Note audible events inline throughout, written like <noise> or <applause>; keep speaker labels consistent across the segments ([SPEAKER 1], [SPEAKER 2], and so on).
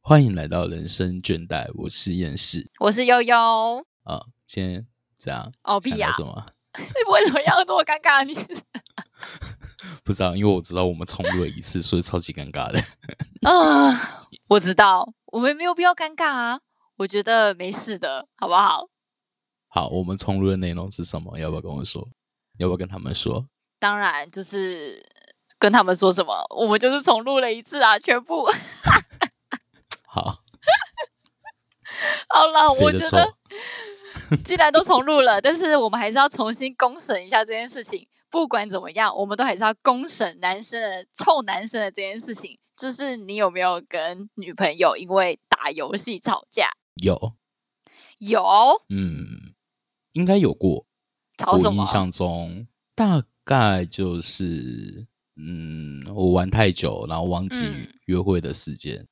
[SPEAKER 1] 欢迎来到人生倦怠，我是厌世
[SPEAKER 2] 我是悠悠。哦，
[SPEAKER 1] 啊。今天这样想
[SPEAKER 2] 屁
[SPEAKER 1] 聊
[SPEAKER 2] 呀、 <laughs>
[SPEAKER 1] 什么啊？
[SPEAKER 2] 为什么要那么尴
[SPEAKER 1] <laughs>
[SPEAKER 2] 尬？你
[SPEAKER 1] 不知道，因为我知道我们重录了一次，所以超级尴尬的。 <laughs>
[SPEAKER 2] 啊、 <laughs> 我知道，我们没有必要尴尬啊。我觉得没事的，好不好？
[SPEAKER 1] 好，我们重录的内容是什么？要不要跟我说？要不要跟他们说？
[SPEAKER 2] 当然，就是跟他们说什么，我们就是重录了一次啊，全部。 <laughs>
[SPEAKER 1] 好，
[SPEAKER 2] 好了，
[SPEAKER 1] 谁
[SPEAKER 2] 哦我
[SPEAKER 1] 的
[SPEAKER 2] 觉
[SPEAKER 1] 错？
[SPEAKER 2] 得
[SPEAKER 1] <laughs>
[SPEAKER 2] 既然都重录了，但是我们还是要重新公审一下这件事情。不管怎么样，我们都还是要公审男生的臭男生的这件事情，就是你有没有跟女朋友因为打游戏吵架？
[SPEAKER 1] 有，
[SPEAKER 2] 有
[SPEAKER 1] 嗯，应该有过。
[SPEAKER 2] 吵
[SPEAKER 1] 我
[SPEAKER 2] 什么
[SPEAKER 1] 印？象中大概就是，嗯，我玩太久，然后忘记
[SPEAKER 2] 嗯
[SPEAKER 1] 约会的时间，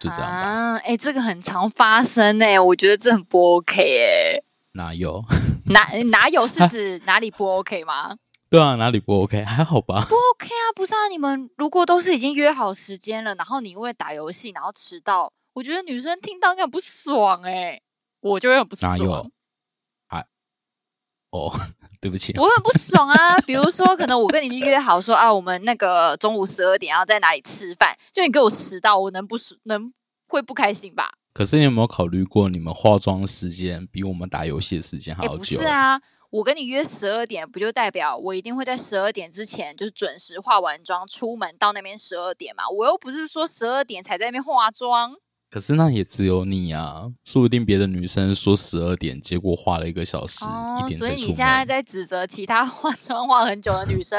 [SPEAKER 1] 就这样吧。
[SPEAKER 2] 啊，哎、这个很常发生哎、我觉得这很不 OK 哎、
[SPEAKER 1] 哪有？ <laughs>
[SPEAKER 2] 哪哪有
[SPEAKER 1] 啊
[SPEAKER 2] 是指哪里不 OK 吗？
[SPEAKER 1] 对啊，哪里不 OK？还好吧
[SPEAKER 2] 不？OK 啊，不是啊，你们如果都是已经约好时间了，然后你因为打游戏然后迟到，我觉得女生听到应该很不爽哎、我就会很不爽
[SPEAKER 1] 哪，有？还哦，对不起，
[SPEAKER 2] 我很不爽啊。比如说，可能我跟你约好说啊，我们那个中午十二点要在哪里吃饭，就你给我迟到，我能不能会不开心吧？
[SPEAKER 1] 可是你有没有考虑过，你们化妆时间比我们打游戏的时间还
[SPEAKER 2] 也
[SPEAKER 1] 要
[SPEAKER 2] 不
[SPEAKER 1] 久？
[SPEAKER 2] 是啊，我跟你约十二点，不就代表我一定会在十二点之前，就是准时化完妆出门到那边十二点嘛？我又不是说十二点才在那边化妆，
[SPEAKER 1] 可是那也只有你啊，说不定别的女生说十二点，结果化了一个小时，
[SPEAKER 2] 哦
[SPEAKER 1] 一，点
[SPEAKER 2] 所
[SPEAKER 1] 才
[SPEAKER 2] 以
[SPEAKER 1] 出
[SPEAKER 2] 你
[SPEAKER 1] 门。
[SPEAKER 2] 现在在指责其他化妆化很久的女生？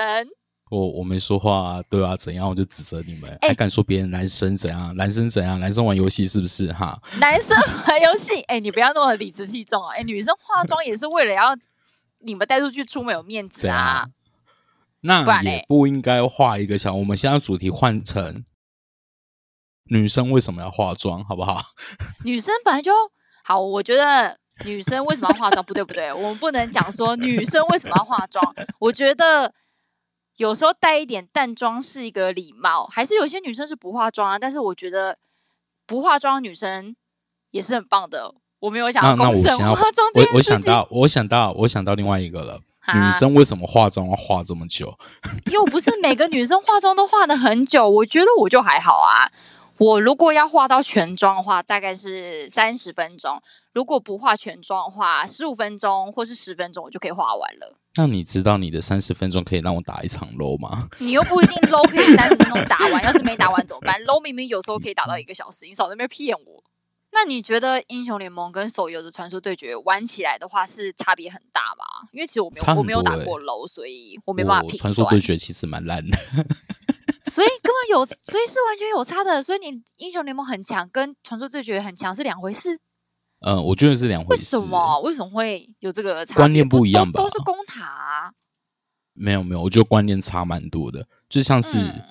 [SPEAKER 1] 我我没说话、啊，对啊，怎样我就指责你们，
[SPEAKER 2] 哎
[SPEAKER 1] 还敢说别人男生怎样，男生怎样，男生玩游戏是不是哈？
[SPEAKER 2] 男生玩游戏，哎、你不要那么理直气壮啊！哎、女生化妆也是为了要你们带出去出门有面子
[SPEAKER 1] 怎
[SPEAKER 2] 啊
[SPEAKER 1] 样。？
[SPEAKER 2] 不
[SPEAKER 1] 那
[SPEAKER 2] 然嘞
[SPEAKER 1] 也不应该画一个小。我们现在主题换成女生为什么要化妆，好不好？
[SPEAKER 2] 女生本来就好，我觉得女生为什么要化妆？不对不
[SPEAKER 1] <laughs>
[SPEAKER 2] 对，我们不能讲说女生为什么要化妆。我觉得有时候带一点淡妆是一个礼貌，还是有些女生是不化妆啊。但是我觉得不化妆的女生也是很棒的。哦我没有想
[SPEAKER 1] 那
[SPEAKER 2] 要
[SPEAKER 1] 那我
[SPEAKER 2] 公审
[SPEAKER 1] 想要
[SPEAKER 2] 化妆这
[SPEAKER 1] 我我
[SPEAKER 2] 件
[SPEAKER 1] 想
[SPEAKER 2] 事情，
[SPEAKER 1] 到，我想到，我想到另外一个了。
[SPEAKER 2] 啊
[SPEAKER 1] 女生为什么化妆要化这么久？
[SPEAKER 2] 又不是每个女生化妆都化的很久，我觉得我就还好啊。我如果要化到全妆的话，大概是三十分钟；如果不化全妆的话，十五分钟或是十分钟我就可以化完了。
[SPEAKER 1] 那你知道你的三十分钟可以让我打一场 l 吗？
[SPEAKER 2] 你又不一定 low 可以三十分钟打完，要是没打完怎么办？low 明明有时候可以打到一个小时，你少在那边骗我。那你觉得英雄联盟跟手游的传说对决玩起来的话是差别很大吗？因为其实我没
[SPEAKER 1] 差
[SPEAKER 2] 有
[SPEAKER 1] 很
[SPEAKER 2] 我没有打
[SPEAKER 1] 多欸
[SPEAKER 2] 过 low，所以我
[SPEAKER 1] 我
[SPEAKER 2] 没办法评
[SPEAKER 1] 传
[SPEAKER 2] 断。
[SPEAKER 1] 说对决其实蛮烂的。
[SPEAKER 2] 所以根本有， <laughs> 所以是完全有差的。所以你英雄联盟很强，跟传说对决很强是两回事。
[SPEAKER 1] 嗯，我觉得是两回
[SPEAKER 2] 为
[SPEAKER 1] 事。
[SPEAKER 2] 什么？为什么会有这个差别？
[SPEAKER 1] 观念不一样吧
[SPEAKER 2] 都都是攻塔啊、
[SPEAKER 1] 没有没有，我觉得观念差蛮多的。就像是，
[SPEAKER 2] 嗯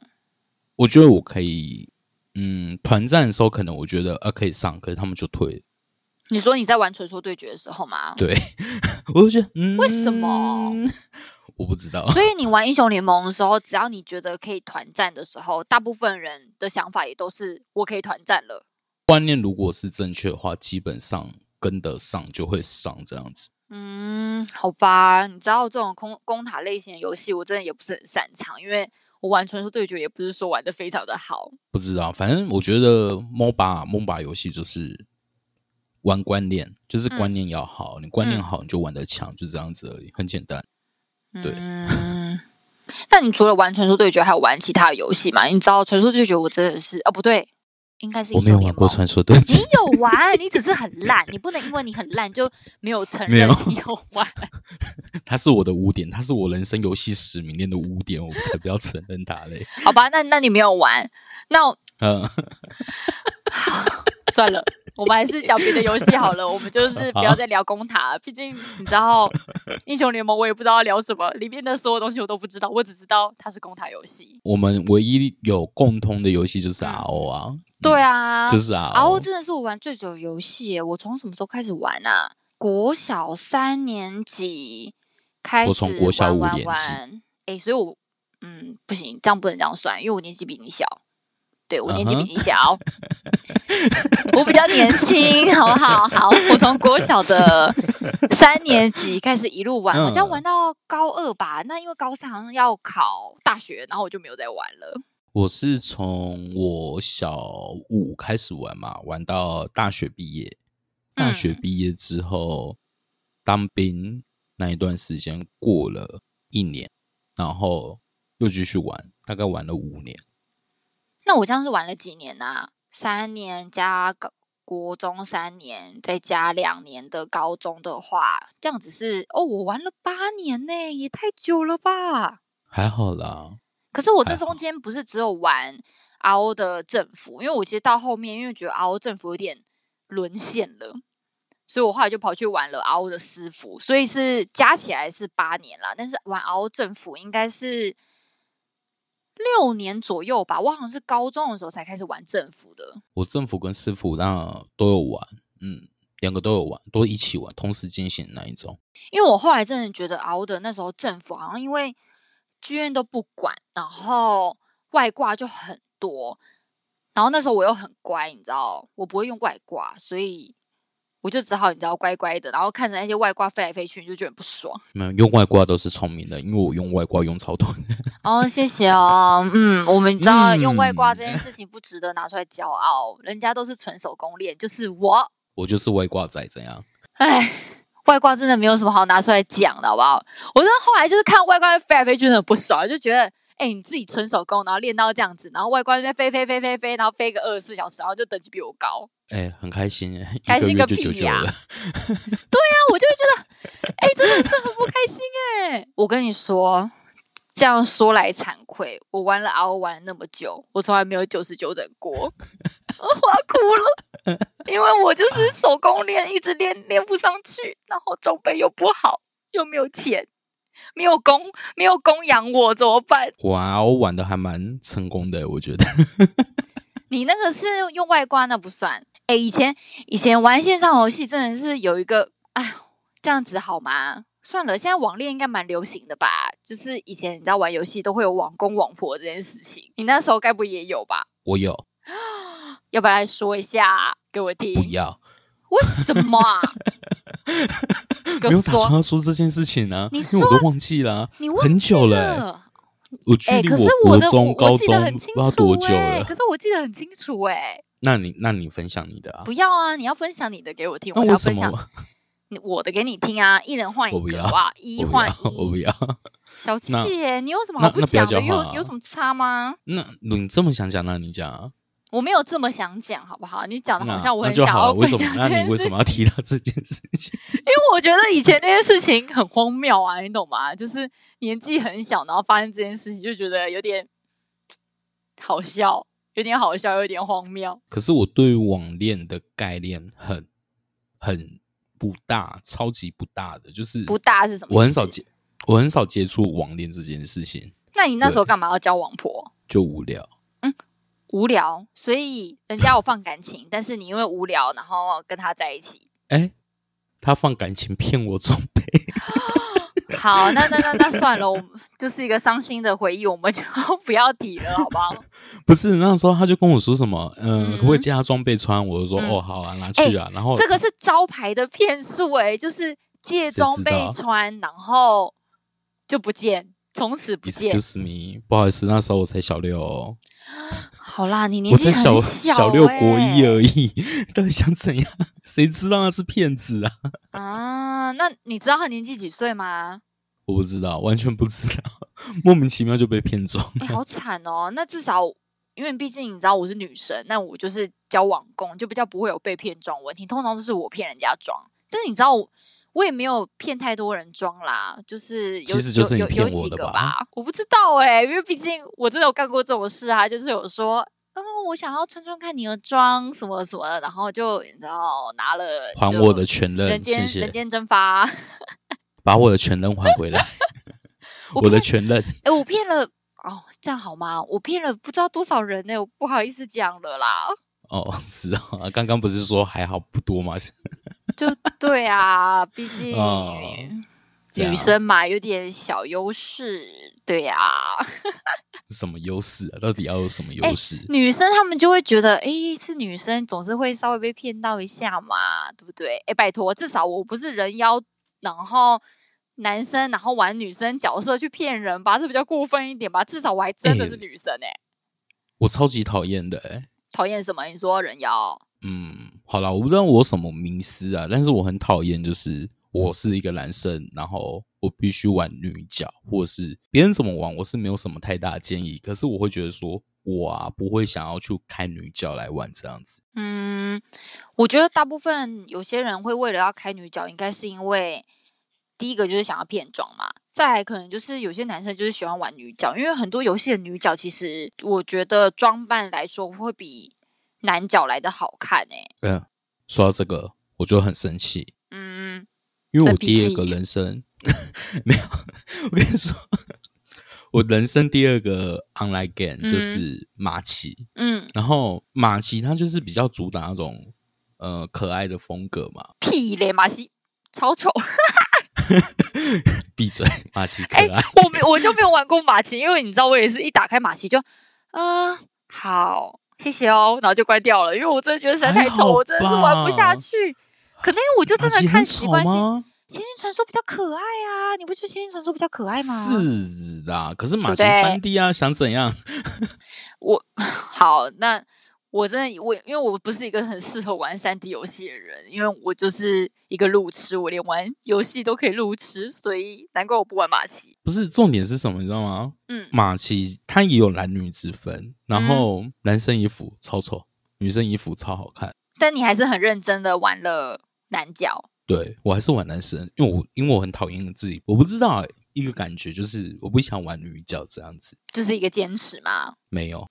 [SPEAKER 1] 我觉得我可以，嗯，团战的时候可能我觉得呃可以上，可是他们就退了。
[SPEAKER 2] 你说你在玩传说对决的时候吗？
[SPEAKER 1] 对， <laughs> 我就觉得，嗯，
[SPEAKER 2] 为什么？
[SPEAKER 1] 我不知道。
[SPEAKER 2] 所以你玩英雄联盟的时候，只要你觉得可以团战的时候，大部分人的想法也都是我可以团战了。
[SPEAKER 1] 观念如果是正确的话，基本上跟得上就会上这样子。
[SPEAKER 2] 嗯，好吧，你知道这种攻攻塔类型的游戏，我真的也不是很擅长，因为我玩传说对决也不是说玩的非常的好。
[SPEAKER 1] 不知道，反正我觉得 MOBA MOBA 游戏就是玩观念，就是观念要好，你观念
[SPEAKER 2] 嗯
[SPEAKER 1] 好你就玩得强，就这样子而已，很简单。对
[SPEAKER 2] 嗯， <laughs> 那你除了玩《传说对决》，还有玩其他的游戏吗？你知道《传说对决》，我真的是哦，不对，应该是
[SPEAKER 1] 我
[SPEAKER 2] 英
[SPEAKER 1] 没有
[SPEAKER 2] 雄
[SPEAKER 1] 玩
[SPEAKER 2] 联
[SPEAKER 1] 过
[SPEAKER 2] 盟。
[SPEAKER 1] 传说对决
[SPEAKER 2] 你，有玩， <laughs> 你只是很烂，你不能因为你很烂就没有承
[SPEAKER 1] 没
[SPEAKER 2] 认
[SPEAKER 1] 有
[SPEAKER 2] 你有玩。
[SPEAKER 1] <laughs>
[SPEAKER 2] <laughs>
[SPEAKER 1] 它是我的污点，它是我人生游戏史名恋的污点，我才不要承认它嘞。
[SPEAKER 2] 好吧，那那你没有玩，那我
[SPEAKER 1] 嗯， <laughs>
[SPEAKER 2] 算了，我们还是讲别的游戏好了。我们就是不要再聊攻塔了，毕竟你知道英雄联盟，我也不知道要聊什么，里面的所有东西我都不知道，我只知道它是攻塔游戏。
[SPEAKER 1] 我们唯一有共通的游戏就是
[SPEAKER 2] 嗯
[SPEAKER 1] RO 啊，
[SPEAKER 2] 对啊，
[SPEAKER 1] 就是 RO，,
[SPEAKER 2] 然后真的是我玩最久的游戏耶！我从什么时候开始玩啊？国小三年级开始
[SPEAKER 1] 我从国小
[SPEAKER 2] 玩
[SPEAKER 1] 五
[SPEAKER 2] 玩
[SPEAKER 1] 年级
[SPEAKER 2] 玩，哎，所以我嗯
[SPEAKER 1] 嗯
[SPEAKER 2] 不行，这样不能这样算，因为我年纪比你小，对我年纪比
[SPEAKER 1] 嗯哼
[SPEAKER 2] 你小。我比较年轻，好不好？好，我从国小的三年级开始一路玩，好像
[SPEAKER 1] 嗯
[SPEAKER 2] 玩到高二吧。那因为高三好像要考大学，然后我就没有再玩了。
[SPEAKER 1] 我是从我小五开始玩嘛，玩到大学毕业。大学
[SPEAKER 2] 嗯
[SPEAKER 1] 毕业之后，当兵那一段时间过了一年，然后又继续玩，大概玩了五年。
[SPEAKER 2] 那我这样是玩了几年啊？三年加高国中三年，再加两年的高中的话，这样子是哦，我玩了八年呢、也太久了吧？
[SPEAKER 1] 还好啦，
[SPEAKER 2] 可是我这
[SPEAKER 1] 还好
[SPEAKER 2] 中间不是只有玩 RO 的政府，因为我其实到后面，因为觉得 RO 政府有点沦陷了，所以我后来就跑去玩了 RO 的私服，所以是加起来是八年啦。但是玩 RO 政府应该是六年左右吧，我好像是高中的时候才开始玩政府的。
[SPEAKER 1] 我政府跟师傅那都有玩，嗯，两个都有玩，都一起玩，同时进行那一种。
[SPEAKER 2] 因为我后来真的觉得熬的那时候政府好像因为剧院都不管，然后外挂就很多，然后那时候我又很乖，你知道，我不会用外挂，所以我就只好你知道乖乖的，然后看着那些外挂飞来飞去，你就觉得很不爽。
[SPEAKER 1] 没有用外挂都是聪明的，因为我用外挂用超多。
[SPEAKER 2] 哦，谢谢哦，嗯，我们知道用外挂这
[SPEAKER 1] 嗯
[SPEAKER 2] 件事情不值得拿出来骄傲，人家都是纯手工练，就是我，
[SPEAKER 1] <laughs> 我就是外挂仔，怎样？
[SPEAKER 2] 唉。外挂真的没有什么好拿出来讲的，好不好？我真的后来就是看外挂飞来飞去，真的很不爽，就觉得，哎、你自己纯手工，然后练到这样子，然后外挂在那边飞飞飞飞飞，然后飞个二十四小时，然后就等级比我高，
[SPEAKER 1] 哎、很开心哎、
[SPEAKER 2] 开心
[SPEAKER 1] 一
[SPEAKER 2] 个
[SPEAKER 1] 个月就九
[SPEAKER 2] 屁
[SPEAKER 1] 九
[SPEAKER 2] 呀
[SPEAKER 1] 了。
[SPEAKER 2] 那我就会觉得，哎、真的是很不开心哎、我跟你说，这样说来惭愧，我玩了 RO 玩了那么久，我从来没有九十九等 <laughs> 过，我要哭了，因为我就是手工练，一直练练不上去，然后装备又不好，又没有钱。没有供，没有供养我怎么办？
[SPEAKER 1] 哇，我玩的还蛮成功的，我觉
[SPEAKER 2] <laughs>
[SPEAKER 1] 得。
[SPEAKER 2] 你那个是用外挂，那不算。哎、以前以前玩线上游戏真的是有一个，哎呦，这样子好吗？算了，现在网恋应该蛮流行的吧？就是以前你知道玩游戏都会有网公网婆这件事情，你那时候该不会也有吧？
[SPEAKER 1] 我有，
[SPEAKER 2] 要不要来说一下给我听？
[SPEAKER 1] 不要，
[SPEAKER 2] 为什么啊？
[SPEAKER 1] <laughs> 没
[SPEAKER 2] 给我
[SPEAKER 1] 有打算
[SPEAKER 2] 说，
[SPEAKER 1] 要说这件事情啊，
[SPEAKER 2] 你
[SPEAKER 1] 因为我都忘记了啊、
[SPEAKER 2] 你忘
[SPEAKER 1] 很
[SPEAKER 2] 记
[SPEAKER 1] 久了欸、
[SPEAKER 2] 了。
[SPEAKER 1] 我距
[SPEAKER 2] 哎、
[SPEAKER 1] 离
[SPEAKER 2] 可是
[SPEAKER 1] 国
[SPEAKER 2] 的
[SPEAKER 1] 中、
[SPEAKER 2] 我
[SPEAKER 1] 高
[SPEAKER 2] 我记
[SPEAKER 1] 中
[SPEAKER 2] 得很
[SPEAKER 1] 不
[SPEAKER 2] 清
[SPEAKER 1] 知
[SPEAKER 2] 楚、
[SPEAKER 1] 道
[SPEAKER 2] 欸，
[SPEAKER 1] 多久了
[SPEAKER 2] 可。是我记得很清楚哎、
[SPEAKER 1] 那你那你分享你的啊？
[SPEAKER 2] 不要啊！你要分享你的给我听，
[SPEAKER 1] 那
[SPEAKER 2] 才要
[SPEAKER 1] 为什
[SPEAKER 2] 分享
[SPEAKER 1] 么
[SPEAKER 2] 你我的给你听啊，一人换一
[SPEAKER 1] 我不
[SPEAKER 2] 个
[SPEAKER 1] 要
[SPEAKER 2] 哇，一
[SPEAKER 1] 我不
[SPEAKER 2] 换
[SPEAKER 1] 要？ <laughs> 我不
[SPEAKER 2] 一，
[SPEAKER 1] 要。
[SPEAKER 2] 小气
[SPEAKER 1] 那
[SPEAKER 2] 耶！你有什么
[SPEAKER 1] 那
[SPEAKER 2] 好不
[SPEAKER 1] 那不要
[SPEAKER 2] 讲的？
[SPEAKER 1] 讲话
[SPEAKER 2] 有
[SPEAKER 1] 啊
[SPEAKER 2] 有什么差吗？
[SPEAKER 1] 那你这么想讲，那你讲啊。
[SPEAKER 2] 我没有这么想讲，好不好？你讲的
[SPEAKER 1] 那
[SPEAKER 2] 好像我
[SPEAKER 1] 那
[SPEAKER 2] 很
[SPEAKER 1] 就
[SPEAKER 2] 想
[SPEAKER 1] 好
[SPEAKER 2] 要
[SPEAKER 1] 了。
[SPEAKER 2] 分
[SPEAKER 1] 为什
[SPEAKER 2] 享
[SPEAKER 1] 么？那
[SPEAKER 2] 这件
[SPEAKER 1] 你为
[SPEAKER 2] 事
[SPEAKER 1] 什么要
[SPEAKER 2] 情 <laughs>
[SPEAKER 1] 提到这件事情？ <laughs>
[SPEAKER 2] 因为我觉得以前那件事情很荒谬啊，你懂吗？就是年纪很小，然后发生这件事情，就觉得有点好笑，有点好笑，有点荒谬。
[SPEAKER 1] 可是我对于网恋的概念很很不大，超级不大的，就是
[SPEAKER 2] 不大是什么意思
[SPEAKER 1] 我很少接，我很少接触网恋这件事情，
[SPEAKER 2] 那你那时候
[SPEAKER 1] 对
[SPEAKER 2] 干嘛要交网婆？
[SPEAKER 1] 就无聊。
[SPEAKER 2] 无聊，所以人家有放感情，但是你因为无聊，然后跟他在一起。
[SPEAKER 1] 哎、他放感情骗我装备，
[SPEAKER 2] 好，那那那那算了，我们就是一个伤心的回忆，我们就不要提了，好不好？
[SPEAKER 1] <laughs> 不是那时候他就跟我说什么，嗯，
[SPEAKER 2] 嗯
[SPEAKER 1] 可不可以借他装备穿？我就说、
[SPEAKER 2] 嗯
[SPEAKER 1] 哦，好啊，拿去啊。然后
[SPEAKER 2] 这个是招牌的骗术，哎，就是借
[SPEAKER 1] 谁
[SPEAKER 2] 装
[SPEAKER 1] 知
[SPEAKER 2] 备
[SPEAKER 1] 道
[SPEAKER 2] 穿，然后就不见，从此不见。
[SPEAKER 1] excuse me，不好意思，那时候我才小六、哦，
[SPEAKER 2] 好啦，你年
[SPEAKER 1] 我才
[SPEAKER 2] 纪
[SPEAKER 1] 小
[SPEAKER 2] 很欸
[SPEAKER 1] 小六国一
[SPEAKER 2] 已
[SPEAKER 1] 而已， <laughs> 到底想怎样？谁知道那是骗子啊？
[SPEAKER 2] 啊。那你知道他年纪几岁吗？
[SPEAKER 1] 我不知道，完全不知道， <laughs> 莫名其妙就被骗中。
[SPEAKER 2] 哎、好惨哦。那至少，因为毕竟你知道我是女生，那我就是交往工，就比较不会有被骗装问题。通常都是我骗人家装，但是你知道我。我也没有骗太多人装啦，就是有
[SPEAKER 1] 其实就是你
[SPEAKER 2] 有有有
[SPEAKER 1] 骗我
[SPEAKER 2] 几
[SPEAKER 1] 的
[SPEAKER 2] 个
[SPEAKER 1] 吧
[SPEAKER 2] 吧，我不知道哎、因为毕竟我真的有干过这种事啊，就是有说，嗯，我想要穿穿看你的妆什么什么的，然后就你知道拿了
[SPEAKER 1] 还
[SPEAKER 2] 就
[SPEAKER 1] 我的全
[SPEAKER 2] 人
[SPEAKER 1] 任，
[SPEAKER 2] 间
[SPEAKER 1] 谢
[SPEAKER 2] 人
[SPEAKER 1] 谢，
[SPEAKER 2] 间蒸发，
[SPEAKER 1] 把我的全任还回来，
[SPEAKER 2] <laughs>
[SPEAKER 1] <laughs>
[SPEAKER 2] 我
[SPEAKER 1] 我的
[SPEAKER 2] 骗
[SPEAKER 1] 全任。
[SPEAKER 2] 哎、我骗了哦，这样好吗？我骗了不知道多少人呢、我不好意思讲了啦。
[SPEAKER 1] 哦，是啊，刚刚不是说还好不多吗？
[SPEAKER 2] 就对啊，毕竟、
[SPEAKER 1] 哦这样
[SPEAKER 2] 女生嘛，有点小优势，对啊呀、
[SPEAKER 1] 什么优势啊？到底要有什么优势？
[SPEAKER 2] 女生她们就会觉得，诶，是女生总是会稍微被骗到一下嘛，对不对？诶，拜托，至少我不是人妖，然后男生然后玩女生角色去骗人吧，这比较过分一点吧。至少我还真的是
[SPEAKER 1] 诶
[SPEAKER 2] 女生诶，
[SPEAKER 1] 我超级讨厌的、欸。
[SPEAKER 2] 讨厌什么？你说人妖？
[SPEAKER 1] 嗯，好啦，我不知道我有什么迷思啊，但是我很讨厌，就是我是一个男生，然后我必须玩女角，或是别人怎么玩，我是没有什么太大的建议。可是我会觉得说，我啊不会想要去开女角来玩这样子。
[SPEAKER 2] 嗯，我觉得大部分有些人会为了要开女角，应该是因为第一个就是想要变装嘛，再来可能就是有些男生就是喜欢玩女角，因为很多游戏的女角其实我觉得装扮来说会比男角来的好看欸诶、
[SPEAKER 1] 嗯，说到这个，我就很生气，
[SPEAKER 2] 嗯，
[SPEAKER 1] 因为
[SPEAKER 2] 生
[SPEAKER 1] 我
[SPEAKER 2] 脾
[SPEAKER 1] 第二
[SPEAKER 2] 气
[SPEAKER 1] 个人生 <laughs> 没有，我跟你说，我人生第二个 online game 就
[SPEAKER 2] 嗯
[SPEAKER 1] 是马奇。
[SPEAKER 2] 嗯，
[SPEAKER 1] 然后马奇他就是比较主打那种呃可爱的风格嘛，
[SPEAKER 2] 屁嘞，马西超丑。
[SPEAKER 1] 闭嘴，马奇可
[SPEAKER 2] 哎、
[SPEAKER 1] 爱。
[SPEAKER 2] 我没我就没有玩过马奇，因为你知道我也是一打开马奇就，嗯、好，谢谢哦，然后就关掉了，因为我真的觉得实在
[SPEAKER 1] 还
[SPEAKER 2] 太丑，
[SPEAKER 1] 好
[SPEAKER 2] 我真的是玩不下
[SPEAKER 1] 吧
[SPEAKER 2] 去。可能因为我就真
[SPEAKER 1] 马
[SPEAKER 2] 的
[SPEAKER 1] 奇
[SPEAKER 2] 看
[SPEAKER 1] 很
[SPEAKER 2] 习
[SPEAKER 1] 丑
[SPEAKER 2] 惯性，《
[SPEAKER 1] 吗？
[SPEAKER 2] 仙境传说》比较可爱啊，你不觉得《仙境传说》比较可爱吗？，
[SPEAKER 1] 是啦，可是马奇
[SPEAKER 2] 对不对
[SPEAKER 1] 三 D 啊，想怎样？
[SPEAKER 2] 我 <laughs> 好，那我真的我因为我不是一个很适合玩三 D 游戏的人，因为我就是一个路痴，我连玩游戏都可以路痴，所以难怪我不玩马奇。
[SPEAKER 1] 不是重点是什么，你知道吗？
[SPEAKER 2] 嗯，
[SPEAKER 1] 马奇他也有男女之分，然后男生衣服超丑，女生衣服超好看。
[SPEAKER 2] 但你还是很认真的玩了男角。
[SPEAKER 1] 对我还是玩男生，因为我因为我很讨厌自己，我不知道、欸、一个感觉就是我不想玩女角这样子，
[SPEAKER 2] 就是一个坚持嘛？
[SPEAKER 1] 没有。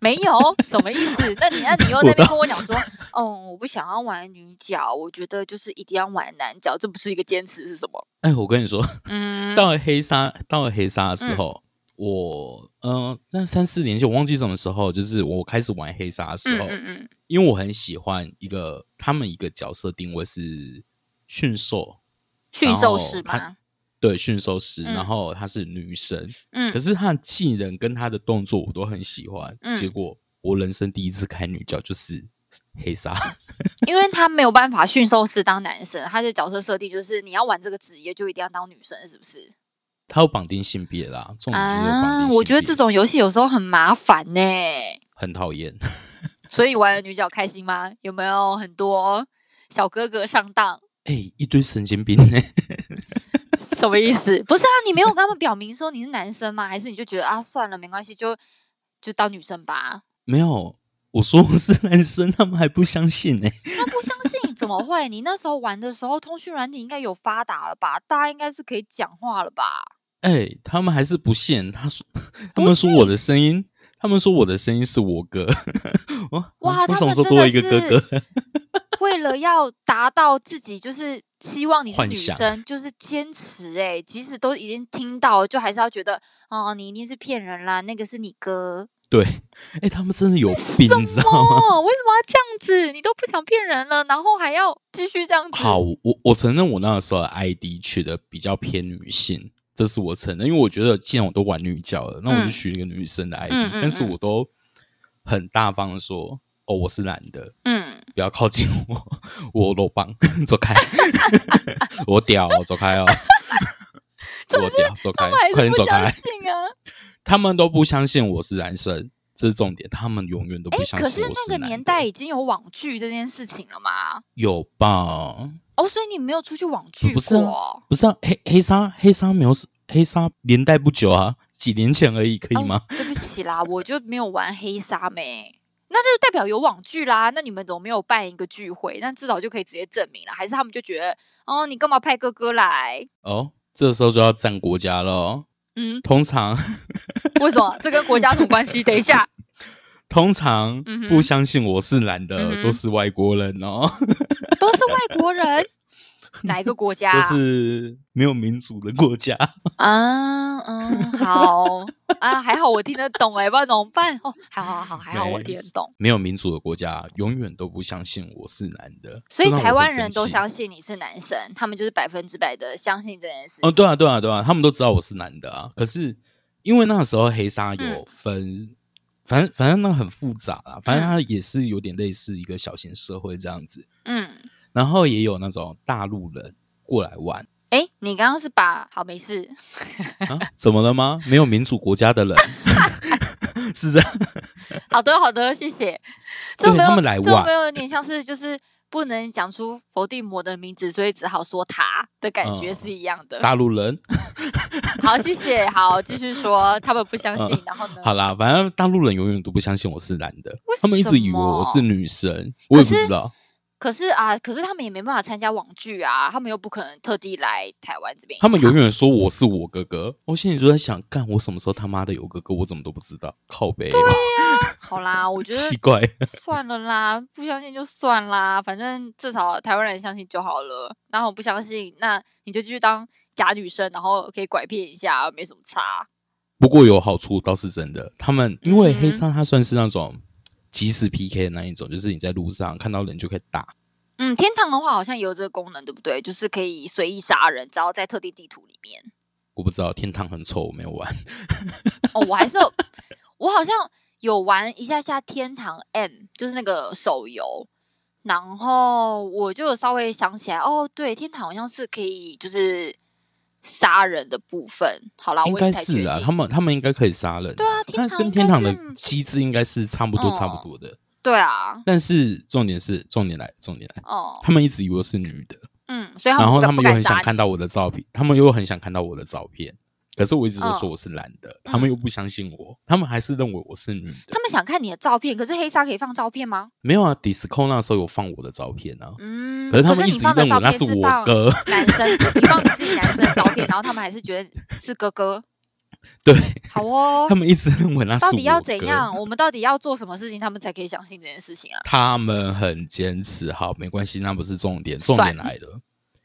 [SPEAKER 2] 没有，什么意思？那你那你又
[SPEAKER 1] 我
[SPEAKER 2] 在那边
[SPEAKER 1] 当
[SPEAKER 2] 跟我讲说，嗯，我不想要玩女角，我觉得就是一定要玩男角，这不是一个坚持是什
[SPEAKER 1] <laughs>
[SPEAKER 2] 么？
[SPEAKER 1] 哎，我跟你说，
[SPEAKER 2] 嗯，
[SPEAKER 1] 到了黑沙，到了黑沙的时候，我嗯、呃那三四年前我忘记什么时候，就是我开始玩黑沙的时
[SPEAKER 2] 嗯
[SPEAKER 1] 候，
[SPEAKER 2] 嗯嗯，
[SPEAKER 1] 因为我很喜欢一个他们一个角色定位是驯兽，
[SPEAKER 2] 驯
[SPEAKER 1] 然
[SPEAKER 2] 兽
[SPEAKER 1] 后
[SPEAKER 2] 师
[SPEAKER 1] 他
[SPEAKER 2] 吗？
[SPEAKER 1] 对驯兽师，
[SPEAKER 2] 嗯
[SPEAKER 1] 然后她是女神，
[SPEAKER 2] 嗯
[SPEAKER 1] 可，是她的技能跟她的动作我都很喜欢，
[SPEAKER 2] 嗯
[SPEAKER 1] 结果我人生第一次开女角就是黑沙， <laughs>
[SPEAKER 2] 因为他没有办法驯兽师当男生，他的角色设定就是你要玩这个职业就一定要当女生，是不是？
[SPEAKER 1] 她有绑定性别啦，重点哦就是有绑定
[SPEAKER 2] 啊
[SPEAKER 1] 性，别，
[SPEAKER 2] 我觉得这种游戏有时候很麻烦呢、
[SPEAKER 1] 很讨厌。 <laughs>
[SPEAKER 2] 所以玩了女角开心吗？有没有很多小哥哥上当？
[SPEAKER 1] 哎、一堆神经病呢、
[SPEAKER 2] <laughs> 什么意思？不是啊，你没有跟他们表明说你是男生吗？还是你就觉得啊，算了，没关系，就就当女生吧？
[SPEAKER 1] 没有，我说我是男生，他们还不相信呢、
[SPEAKER 2] 他不相信，怎么会？你那时候玩的时候，通讯软体应该有发达了吧？大家应该是可以讲话了吧？
[SPEAKER 1] 哎、他们还是不信。他 <laughs> 说，他
[SPEAKER 2] 不
[SPEAKER 1] 们说我的声音，他们说我的声音是我哥。 <laughs> 哇
[SPEAKER 2] 哇
[SPEAKER 1] 我
[SPEAKER 2] 他
[SPEAKER 1] 什么
[SPEAKER 2] 们
[SPEAKER 1] 时候
[SPEAKER 2] 真
[SPEAKER 1] 多
[SPEAKER 2] 的
[SPEAKER 1] 了一个哥哥？ <laughs>
[SPEAKER 2] 为了要达到自己就是希望你是
[SPEAKER 1] 幻
[SPEAKER 2] 女
[SPEAKER 1] 想
[SPEAKER 2] 生，就是坚持哎、即使都已经听到了，就还是要觉得哦，你一定是骗人啦，那个是你
[SPEAKER 1] <laughs>
[SPEAKER 2] 哥。
[SPEAKER 1] 对，哎、他们真的有病，你知道吗？
[SPEAKER 2] 哦，为什么要这样子？你都不想骗人了，然后还要继续这样
[SPEAKER 1] <laughs>
[SPEAKER 2] 子？
[SPEAKER 1] 好，我我承认我那个时候的 ID 取的比较偏女性，这是我承认，因为我觉得既然我都玩女角了，那我
[SPEAKER 2] 嗯
[SPEAKER 1] 就取一个女生的 ID，、
[SPEAKER 2] 嗯嗯
[SPEAKER 1] 但是
[SPEAKER 2] 嗯
[SPEAKER 1] 我都很大方的说，哦，我是男的，
[SPEAKER 2] 嗯。
[SPEAKER 1] 不要靠近我， <laughs> 我裸棒，走开！ <laughs> 我屌、哦，走
[SPEAKER 2] <laughs>
[SPEAKER 1] 开哦！
[SPEAKER 2] 重
[SPEAKER 1] 我
[SPEAKER 2] 点是
[SPEAKER 1] 屌，走
[SPEAKER 2] 他
[SPEAKER 1] 开
[SPEAKER 2] 们还，
[SPEAKER 1] 快点
[SPEAKER 2] 是不
[SPEAKER 1] 走
[SPEAKER 2] 相
[SPEAKER 1] 开！
[SPEAKER 2] 信啊。
[SPEAKER 1] 他们都不相信我是男生，这是重点，他们永远都不相
[SPEAKER 2] 可
[SPEAKER 1] 信
[SPEAKER 2] 是
[SPEAKER 1] 我
[SPEAKER 2] 那
[SPEAKER 1] 男
[SPEAKER 2] 个
[SPEAKER 1] 的。
[SPEAKER 2] 年代已经有网剧这件事情了吗？
[SPEAKER 1] 有吧？
[SPEAKER 2] 哦，所以你没有出去网剧
[SPEAKER 1] 不是啊
[SPEAKER 2] 过？
[SPEAKER 1] 不是啊，黑黑鲨，黑鲨没有黑鲨年代不久啊，几年前而已，可以吗？
[SPEAKER 2] 哦？对不起啦，我就没有玩黑沙妹。那就代表有网剧啦，那你们怎么没有办一个聚会？那至少就可以直接证明了，还是他们就觉得，哦，你干嘛派哥哥来？
[SPEAKER 1] 哦，这时候就要站国家了哦。
[SPEAKER 2] 嗯，
[SPEAKER 1] 通常，
[SPEAKER 2] 为什么？这跟国家有什么关系？等一下，
[SPEAKER 1] 通常
[SPEAKER 2] 嗯哼
[SPEAKER 1] 不相信我是男的、
[SPEAKER 2] 嗯哼
[SPEAKER 1] 都是外国人哦。
[SPEAKER 2] 都是外国人，哪一个国家、
[SPEAKER 1] 就
[SPEAKER 2] 啊？
[SPEAKER 1] 是没有民主的国家。
[SPEAKER 2] 啊，嗯，好啊，还好我听得懂哎、不然怎么办？哦，还好，还好，还好我听得懂。
[SPEAKER 1] 没有民主的国家永远都不相信我是男的，
[SPEAKER 2] 所
[SPEAKER 1] 虽
[SPEAKER 2] 以
[SPEAKER 1] 然我
[SPEAKER 2] 台
[SPEAKER 1] 很
[SPEAKER 2] 湾
[SPEAKER 1] 生
[SPEAKER 2] 人都
[SPEAKER 1] 气
[SPEAKER 2] 相信你是男生，他们就是百分之百的相信这件事情。
[SPEAKER 1] 哦，对啊，对啊，对啊，他们都知道我是男的啊。可是因为那个时候黑鲨有
[SPEAKER 2] 嗯
[SPEAKER 1] 分，反正反正那很复杂啦，反正
[SPEAKER 2] 嗯
[SPEAKER 1] 它也是有点类似一个小型社会这样子。
[SPEAKER 2] 嗯，
[SPEAKER 1] 然后也有那种大陆人过来玩
[SPEAKER 2] 哎、你刚刚是把好没事， <laughs>
[SPEAKER 1] 啊，怎么了吗？没有民主国家的人是这样，
[SPEAKER 2] 嗯好的，好的，谢谢。这
[SPEAKER 1] 对
[SPEAKER 2] 没有，
[SPEAKER 1] 他们来
[SPEAKER 2] 这
[SPEAKER 1] 玩
[SPEAKER 2] 没有有点像是就是不能讲出伏地魔的名字，所以只好说他的感觉
[SPEAKER 1] 嗯
[SPEAKER 2] 是一样的。
[SPEAKER 1] 大陆人。
[SPEAKER 2] 嗯好，谢谢，好，继续说，他们不相信，然后呢？
[SPEAKER 1] 嗯好啦，反正大陆人永远都不相信我是男的
[SPEAKER 2] 为，
[SPEAKER 1] 他们一
[SPEAKER 2] 什
[SPEAKER 1] 直以为我
[SPEAKER 2] 么
[SPEAKER 1] 是女生，我也不
[SPEAKER 2] 可是
[SPEAKER 1] 知道。
[SPEAKER 2] 可是啊，可是他们也没办法参加网剧啊，他们又不可能特地来台湾这边一趟。
[SPEAKER 1] 他们永远说我是我哥哥， <laughs> 我心里就在想，干我什么时候他妈的有哥哥，我怎么都不知道，靠背、
[SPEAKER 2] 啊
[SPEAKER 1] 哦。
[SPEAKER 2] 好啦，我觉
[SPEAKER 1] <laughs> 奇
[SPEAKER 2] 得
[SPEAKER 1] 怪，
[SPEAKER 2] <laughs> 算了啦，不相信就算啦，反正至少台湾人相信就好了。然后我不相信，那你就继续当假女生，然后可以拐骗一下，没什么差。
[SPEAKER 1] 不过有好处倒是真的。他们因为
[SPEAKER 2] 嗯
[SPEAKER 1] 黑鲨它算是那种即时 PK 的那一种，就是你在路上看到人就可以打。
[SPEAKER 2] 嗯，天堂的话好像也有这个功能，对不对？就是可以随意杀人，只要在特定地图里面。
[SPEAKER 1] 我不知道天堂很臭，我没有玩。
[SPEAKER 2] 哦，我还是有 <laughs> 我好像有玩一下下天堂 M，就是那个手游，然后我就有稍微想起来，哦，对，天堂好像是可以就是杀人的部分。好啦，
[SPEAKER 1] 应
[SPEAKER 2] 我也
[SPEAKER 1] 该
[SPEAKER 2] 不太确
[SPEAKER 1] 是啊，
[SPEAKER 2] 定
[SPEAKER 1] 他们他们应该可以杀人。
[SPEAKER 2] 对啊天
[SPEAKER 1] 那
[SPEAKER 2] 堂
[SPEAKER 1] 跟
[SPEAKER 2] 应
[SPEAKER 1] 天
[SPEAKER 2] 该
[SPEAKER 1] 堂的
[SPEAKER 2] 是
[SPEAKER 1] 机制应该是差不多
[SPEAKER 2] 嗯
[SPEAKER 1] 差不多的。
[SPEAKER 2] 对啊，
[SPEAKER 1] 但是重点是，重点来，重点来，
[SPEAKER 2] 哦，
[SPEAKER 1] 他们一直以为我是女的，
[SPEAKER 2] 嗯，所以他
[SPEAKER 1] 然
[SPEAKER 2] 们不
[SPEAKER 1] 后
[SPEAKER 2] 敢
[SPEAKER 1] 他们
[SPEAKER 2] 不
[SPEAKER 1] 又
[SPEAKER 2] 敢
[SPEAKER 1] 很
[SPEAKER 2] 杀
[SPEAKER 1] 想
[SPEAKER 2] 你
[SPEAKER 1] 看到我的照片，他们又很想看到我的照片。可是我一直都
[SPEAKER 2] 嗯
[SPEAKER 1] 说我是男的，他们又不相信我，他们还是认为我是女的。
[SPEAKER 2] 他们想看你的照片，可是黑鲨可以放照片吗？
[SPEAKER 1] 没有啊，disco 那时候有放我的照片啊，
[SPEAKER 2] 嗯，
[SPEAKER 1] 可是他们一
[SPEAKER 2] 你
[SPEAKER 1] 直
[SPEAKER 2] 放
[SPEAKER 1] 认
[SPEAKER 2] 的
[SPEAKER 1] 为那
[SPEAKER 2] 照片
[SPEAKER 1] 是我
[SPEAKER 2] 放
[SPEAKER 1] 哥， <laughs>
[SPEAKER 2] 男生，你放你自己男生的照片，然后他们还是觉得是哥哥。
[SPEAKER 1] <laughs> 对
[SPEAKER 2] 好哦，
[SPEAKER 1] 他们一直认为那是我
[SPEAKER 2] 到
[SPEAKER 1] 哥。
[SPEAKER 2] 底要怎样？？我们到底要做什么事情，他们才可以相信这件事情啊？
[SPEAKER 1] 他们很坚持，好，没关系，那不是重点，重
[SPEAKER 2] 算
[SPEAKER 1] 点来了，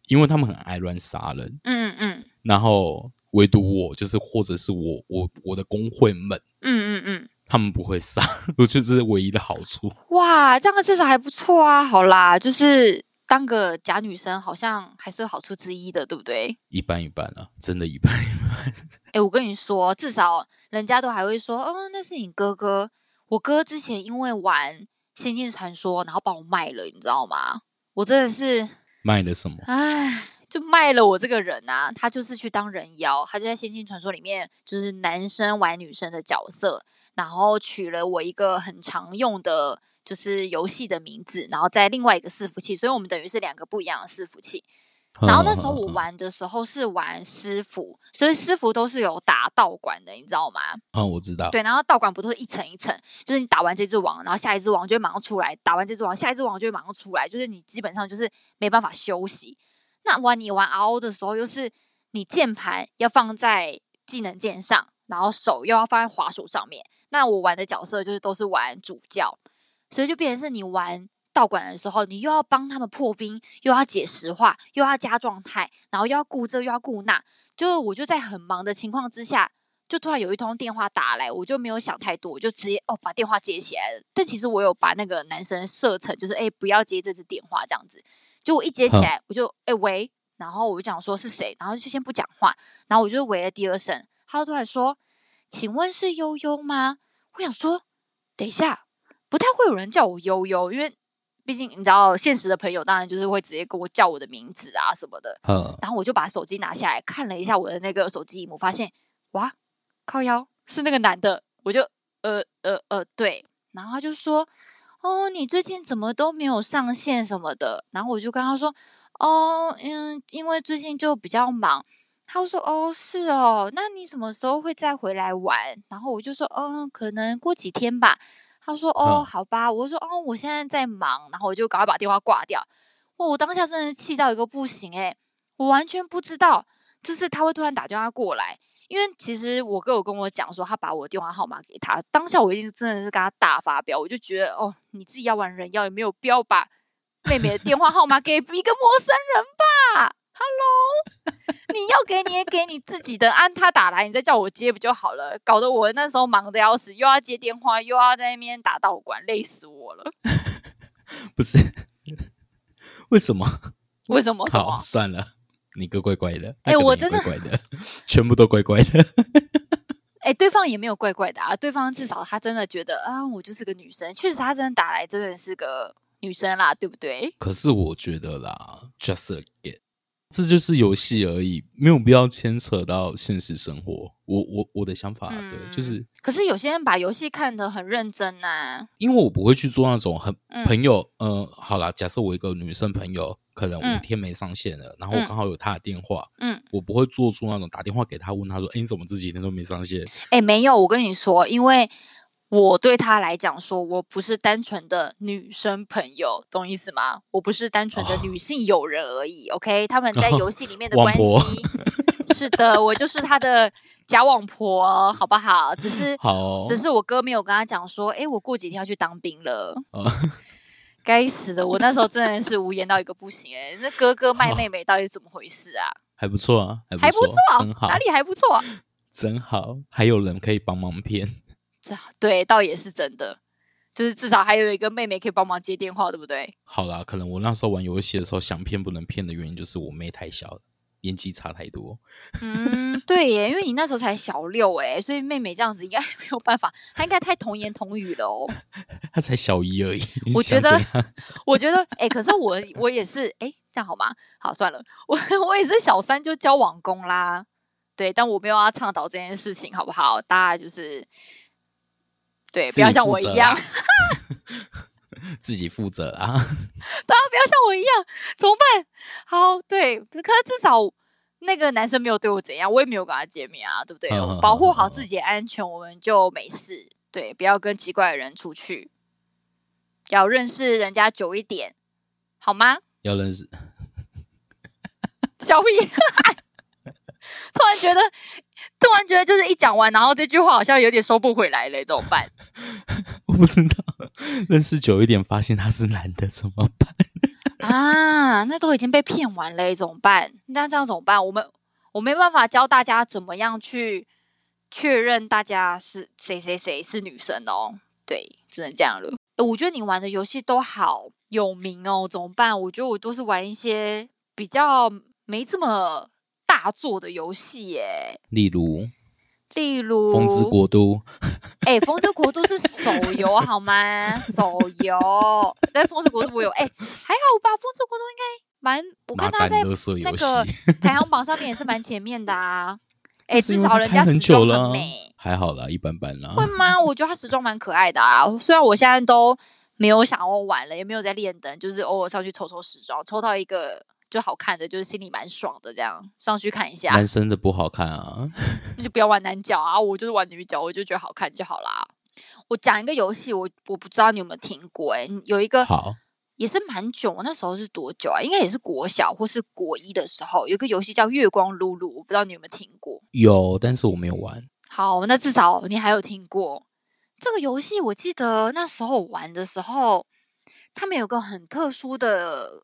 [SPEAKER 1] 因为他们很爱乱杀人，
[SPEAKER 2] 嗯嗯
[SPEAKER 1] 然后唯独我就是，或者是我我我的工会们，
[SPEAKER 2] 嗯嗯嗯，
[SPEAKER 1] 他们不会杀， <laughs> 我觉得这是唯一的好处。
[SPEAKER 2] 哇，这样至少还不错啊。好啦，就是当个假女生，好像还是有好处之一的，对不对？
[SPEAKER 1] 一般一般啊，真的一般一般。
[SPEAKER 2] 哎，我跟你说，至少人家都还会说，哦，那是你哥哥。我哥之前因为玩《仙境传说》，然后把我卖了，你知道吗？我真的是，
[SPEAKER 1] 卖了什么？
[SPEAKER 2] 唉，就卖了我这个人啊！他就是去当人妖，他就在《仙境传说》里面就是男生玩女生的角色，然后取了我一个很常用的就是游戏的名字，然后在另外一个伺服器，所以我们等于是两个不一样的伺服器。然后
[SPEAKER 1] 嗯
[SPEAKER 2] 那时候我玩的时候是玩私服，所以私服都是有打道馆的，你知道吗？
[SPEAKER 1] 嗯，嗯，我知道。
[SPEAKER 2] 对，然后道馆不都是一层一层，就是你打完这只王，然后下一只王就会马上出来，打完这只王，下一只王就会马上出来，就是你基本上就是没办法休息。那玩你玩 RO 的时候，又是你键盘要放在技能键上，然后手又要放在滑鼠上面。那我玩的角色就是都是玩主教，所以就变成是你玩道馆的时候，你又要帮他们破冰，又要解石化，又要加状态，然后又要顾这又要顾那，就我就在很忙的情况之下，就突然有一通电话打来，我就没有想太多，我就直接哦把电话接起来了。但其实我有把那个男生设成就是哎、不要接这支电话这样子。就我一接起
[SPEAKER 1] 嗯
[SPEAKER 2] 来，我就哎、喂，然后我就讲说是谁，然后就先不讲话，然后我就喂了第二声，他就突然说：“请问是悠悠吗？”我想说，等一下，不太会有人叫我悠悠，因为毕竟你知道，现实的朋友当然就是会直接跟我叫我的名字啊什么的。 <laughs>
[SPEAKER 1] 嗯，
[SPEAKER 2] 然后我就把手机拿下来看了一下我的那个手机荧幕，发现哇，靠腰是那个男的，我就呃呃呃对，然后他就说哦，你最近怎么都没有上线什么的，然后我就跟他说哦，嗯，因为最近就比较忙。他就说：“哦，是哦，那你什么时候会再回来玩？”然后我就说：“嗯，可能过几天吧。”他说：“哦，
[SPEAKER 1] 嗯
[SPEAKER 2] 好吧。”我就说：“哦，我现在在忙。”然后我就赶快把电话挂掉。哇，我当下真的气到一个不行诶、我完全不知道，就是他会突然打电话过来，因为其实我哥有跟我讲说，他把我电话号码给他，当下我一定真的是跟他大发飙，我就觉得哦，你自己要玩人妖也没有必要把妹妹的电话号码给一个陌生人吧，吧？Hello，你要给你也给你自己的，按他打来，你再叫我接不就好了？搞得我那时候忙得要死，又要接电话，又要在那边打道馆，累死我了。
[SPEAKER 1] 不是，为什么？
[SPEAKER 2] 为什么？什
[SPEAKER 1] 好，
[SPEAKER 2] 么？
[SPEAKER 1] 算了，你个乖乖的，
[SPEAKER 2] 哎
[SPEAKER 1] 那个
[SPEAKER 2] 我
[SPEAKER 1] 你
[SPEAKER 2] 真的
[SPEAKER 1] 乖乖的，全部都乖乖的。
[SPEAKER 2] 哎、对方也没有怪怪的啊，对方至少他真的觉得啊，我就是个女生，确实他真的打来真的是个女生啦，对不对？
[SPEAKER 1] <laughs> 可是我觉得啦，just a game，这就是游戏而已，没有必要牵扯到现实生活。我我我的想法、
[SPEAKER 2] 嗯
[SPEAKER 1] 对，就是
[SPEAKER 2] 可是有些人把游戏看得很认真呐、
[SPEAKER 1] 因为我不会去做那种很
[SPEAKER 2] 嗯
[SPEAKER 1] 朋友，呃，好啦，假设我一个女生朋友，可能
[SPEAKER 2] 嗯
[SPEAKER 1] 五天没上线了，然后我
[SPEAKER 2] 嗯
[SPEAKER 1] 刚好有她的电话，
[SPEAKER 2] 嗯，
[SPEAKER 1] 我不会做出那种打电话给她问她说，哎、你怎么这几天都没上线？
[SPEAKER 2] 哎、没有，我跟你说，因为我对他来讲说，我不是单纯的女生朋友，懂意思吗？我不是单纯的
[SPEAKER 1] 哦
[SPEAKER 2] 女性友人而已。OK，他们
[SPEAKER 1] <laughs>
[SPEAKER 2] 在游戏里面的
[SPEAKER 1] 网
[SPEAKER 2] 关
[SPEAKER 1] 婆
[SPEAKER 2] 系，是的，我就是他的假网婆，好不好？只是
[SPEAKER 1] 好哦、
[SPEAKER 2] 只是我哥没有跟他讲说，哎、我过几天要去当兵了。
[SPEAKER 1] 哦
[SPEAKER 2] 该死的，我那时候真的是无言到一个不行哎、那哥
[SPEAKER 1] <laughs>
[SPEAKER 2] 哥卖妹妹到底是怎么回事啊？
[SPEAKER 1] 还不错啊，还
[SPEAKER 2] 还不
[SPEAKER 1] 不真
[SPEAKER 2] 错，
[SPEAKER 1] 好，
[SPEAKER 2] 哪里还不错？
[SPEAKER 1] 真好，还有人可以帮忙骗。
[SPEAKER 2] 这对，倒也是真的，就是至少还有一个妹妹可以帮忙接电话，对不对？
[SPEAKER 1] 好啦，可能我那时候玩游戏的时候想骗不能骗的原因就是我妹太小了，年纪差太多。
[SPEAKER 2] 嗯，对耶，因为你那时候才小六哎，所以妹妹这样子应该 <laughs> 没有办法，她应该太童言童语了哦。
[SPEAKER 1] 他才小一而已。你
[SPEAKER 2] 我
[SPEAKER 1] 想
[SPEAKER 2] 觉得
[SPEAKER 1] 怎样
[SPEAKER 2] 我觉得哎、可是我我也是哎，这样好吗？好，算了，我我也是小三就交往工啦，对，但我没有要倡导这件事情，好不好？大家就是对，不要像我一样，
[SPEAKER 1] 啊
[SPEAKER 2] <laughs>
[SPEAKER 1] 自己负责啊，自己负责啊。 <laughs>
[SPEAKER 2] 大家不要像我一样，怎么办？好，对，可是至少那个男生没有对我怎样，我也没有跟他见面啊，对不对？
[SPEAKER 1] 嗯
[SPEAKER 2] 我
[SPEAKER 1] 嗯
[SPEAKER 2] 保护
[SPEAKER 1] 嗯
[SPEAKER 2] 好
[SPEAKER 1] 嗯
[SPEAKER 2] 自己的安全，我们就没事。对，不要跟奇怪的人出去，要认识人家久一点，好吗？
[SPEAKER 1] 要认识，
[SPEAKER 2] 小屁， <laughs> 突然觉得，突然觉得就是一讲完，然后这句话好像有点收不回来了，怎么办？
[SPEAKER 1] <laughs> 我不知道，认识久一点，发现他是男的怎么办？
[SPEAKER 2] 啊，那都已经被骗完嘞，怎么办？那这样怎么办？我们我没办法教大家怎么样去确认大家是谁谁谁是女生哦。对，只能这样了。呃我觉得你玩的游戏都好有名哦，怎么办？我觉得我都是玩一些比较没这么大作的游戏耶，
[SPEAKER 1] <laughs> 例如
[SPEAKER 2] 例
[SPEAKER 1] 《
[SPEAKER 2] 如
[SPEAKER 1] 风之国度》
[SPEAKER 2] 哎、风之国度》是手游啊好吗？手游，但《风之国度》我有，哎、还好吧，《风之国度》应该蛮，我看
[SPEAKER 1] 麻
[SPEAKER 2] 他
[SPEAKER 1] 烦
[SPEAKER 2] 在
[SPEAKER 1] 勒索
[SPEAKER 2] 那
[SPEAKER 1] 游戏，
[SPEAKER 2] 个排行榜上面也是蛮前面
[SPEAKER 1] <laughs>
[SPEAKER 2] 的啊。哎、
[SPEAKER 1] 是
[SPEAKER 2] 至
[SPEAKER 1] 因为
[SPEAKER 2] 少
[SPEAKER 1] 它
[SPEAKER 2] 人
[SPEAKER 1] 开
[SPEAKER 2] 家
[SPEAKER 1] 很
[SPEAKER 2] 时
[SPEAKER 1] 久
[SPEAKER 2] 装
[SPEAKER 1] 了
[SPEAKER 2] 很
[SPEAKER 1] 啊
[SPEAKER 2] 美，
[SPEAKER 1] 还好啦，一般般啦。
[SPEAKER 2] 会吗？我觉得他时装蛮可爱的啊。虽然我现在都没有想要玩了，也没有在练灯，就是偶尔上去抽抽时装，抽到一个就好看的，就是心里蛮爽的。这样上去看一下，
[SPEAKER 1] 男生的不好看啊，
[SPEAKER 2] 那就不要玩男角啊，我就是玩女角，我就觉得好看就好啦。我讲一个游戏，我我不知道你有没有听过、欸，有一个
[SPEAKER 1] 好，
[SPEAKER 2] 也是蛮久，我那时候是多久啊？应该也是国小或是国一的时候，有一个游戏叫《月光露露》，我不知道你有没有听过。
[SPEAKER 1] 有，但是我没有玩。
[SPEAKER 2] 好，那至少你还有听过这个游戏。我记得那时候我玩的时候，他们有个很特殊的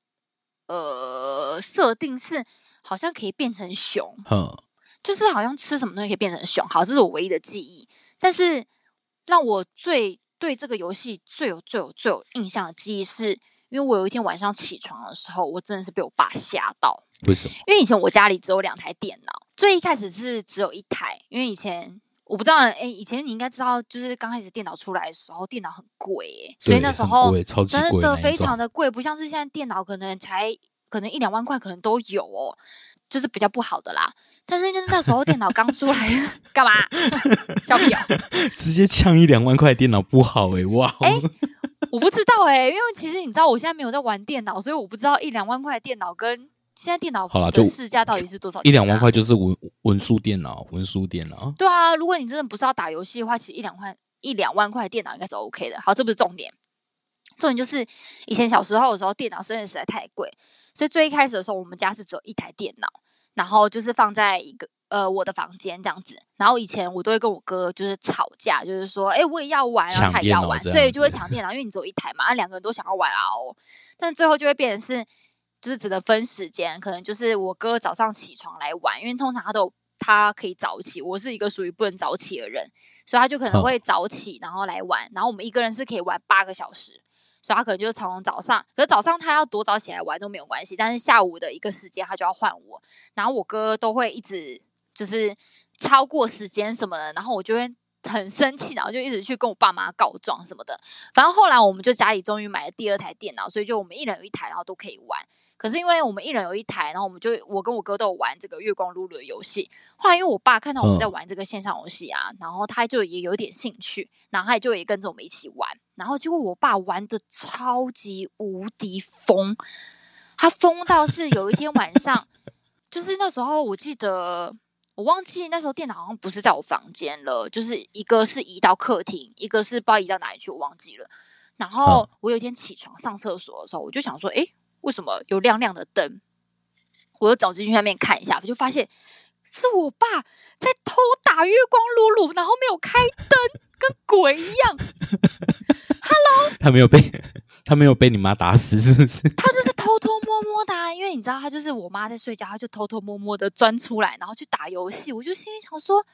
[SPEAKER 2] 呃设定是，好像可以变成熊，
[SPEAKER 1] 哼，
[SPEAKER 2] 就是好像吃什么东西可以变成熊，好，这是我唯一的记忆。但是让我最对这个游戏最有最有最有印象的记忆是，因为我有一天晚上起床的时候，我真的是被我爸吓到。
[SPEAKER 1] 为什么？
[SPEAKER 2] 因为以前我家里只有两台电脑，最一开始是只有一台，因为以前我不知道，哎、以前你应该知道，就是刚开始电脑出来的时候，电脑很贵、欸，所以
[SPEAKER 1] 对
[SPEAKER 2] 那时
[SPEAKER 1] 很
[SPEAKER 2] 候
[SPEAKER 1] 贵超级
[SPEAKER 2] 真
[SPEAKER 1] 贵
[SPEAKER 2] 的
[SPEAKER 1] 那一
[SPEAKER 2] 非
[SPEAKER 1] 种
[SPEAKER 2] 常的贵，不像是现在电脑可能才可能一两万块，可能都有哦，就是比较不好的啦。但是因为那时候电脑刚出来， <laughs> 干嘛？笑屁哦！
[SPEAKER 1] <laughs> 直接呛一两万块的电脑不好哎，哇哦！
[SPEAKER 2] 啊我不知道哎、因为其实你知道，我现在没有在玩电脑，所以我不知道一两万块的电脑跟现在电脑
[SPEAKER 1] 好啦
[SPEAKER 2] 的
[SPEAKER 1] 就
[SPEAKER 2] 市价到底是多少、啊
[SPEAKER 1] 一两万块就是文文书电脑，文书电脑
[SPEAKER 2] 对啊，如果你真的不是要打游戏的话，其实一两块一两万块的电脑应该是 OK 的。好，这不是重点，重点就是以前小时候的时候，电脑真的实在太贵，所以最一开始的时候，我们家是只有一台电脑，然后就是放在一个呃我的房间这样子。然后以前我都会跟我哥就是吵架，就是说，哎、我也要玩，然后
[SPEAKER 1] 抢
[SPEAKER 2] 他也
[SPEAKER 1] 电
[SPEAKER 2] 要
[SPEAKER 1] 脑
[SPEAKER 2] 玩，
[SPEAKER 1] 这
[SPEAKER 2] 对，
[SPEAKER 1] 样
[SPEAKER 2] 就会
[SPEAKER 1] 子
[SPEAKER 2] 抢电脑，因为你只有一台嘛，啊两个人都想要玩啊哦，但最后就会变成是就是只能分时间，可能就是我哥早上起床来玩，因为通常他都有他可以早起，我是一个属于不能早起的人，所以他就可
[SPEAKER 1] 嗯
[SPEAKER 2] 能会早起然后来玩，然后我们一个人是可以玩八个小时，所以他可能就是从早上，可是早上他要多早起来玩都没有关系，但是下午的一个时间他就要换我，然后我哥都会一直就是超过时间什么的，然后我就会很生气，然后就一直去跟我爸妈告状什么的。反正后来我们就家里终于买了第二台电脑，所以就我们一人有一台，然后都可以玩。可是因为我们一人有一台，然后我们就我跟我哥都有玩这个月光露露的游戏。后来因为我爸看到我们在玩这个线上游戏啊，然后他就也有点兴趣，然后他就也跟着我们一起玩。然后结果我爸玩的超级无敌疯，他疯到是有一天晚上，就是那时候我记得我忘记那时候电脑好像不是在我房间了，就是一个是移到客厅，一个是不知道移到哪里去，我忘记了。然后我有一天起床上厕所的时候，我就想说，诶，为什么有亮亮的灯？我就走进去那边看一下，我就发现是我爸在偷打月光露露，然后没有开灯，跟鬼一样。
[SPEAKER 1] <laughs> 他没有被 <laughs> 他没有被你妈打死，是不是？
[SPEAKER 2] 他就是偷偷摸摸的、啊，因为你知道，他就是我妈在睡觉，他就偷偷摸摸的钻出来，然后去打游戏。我就心里想说：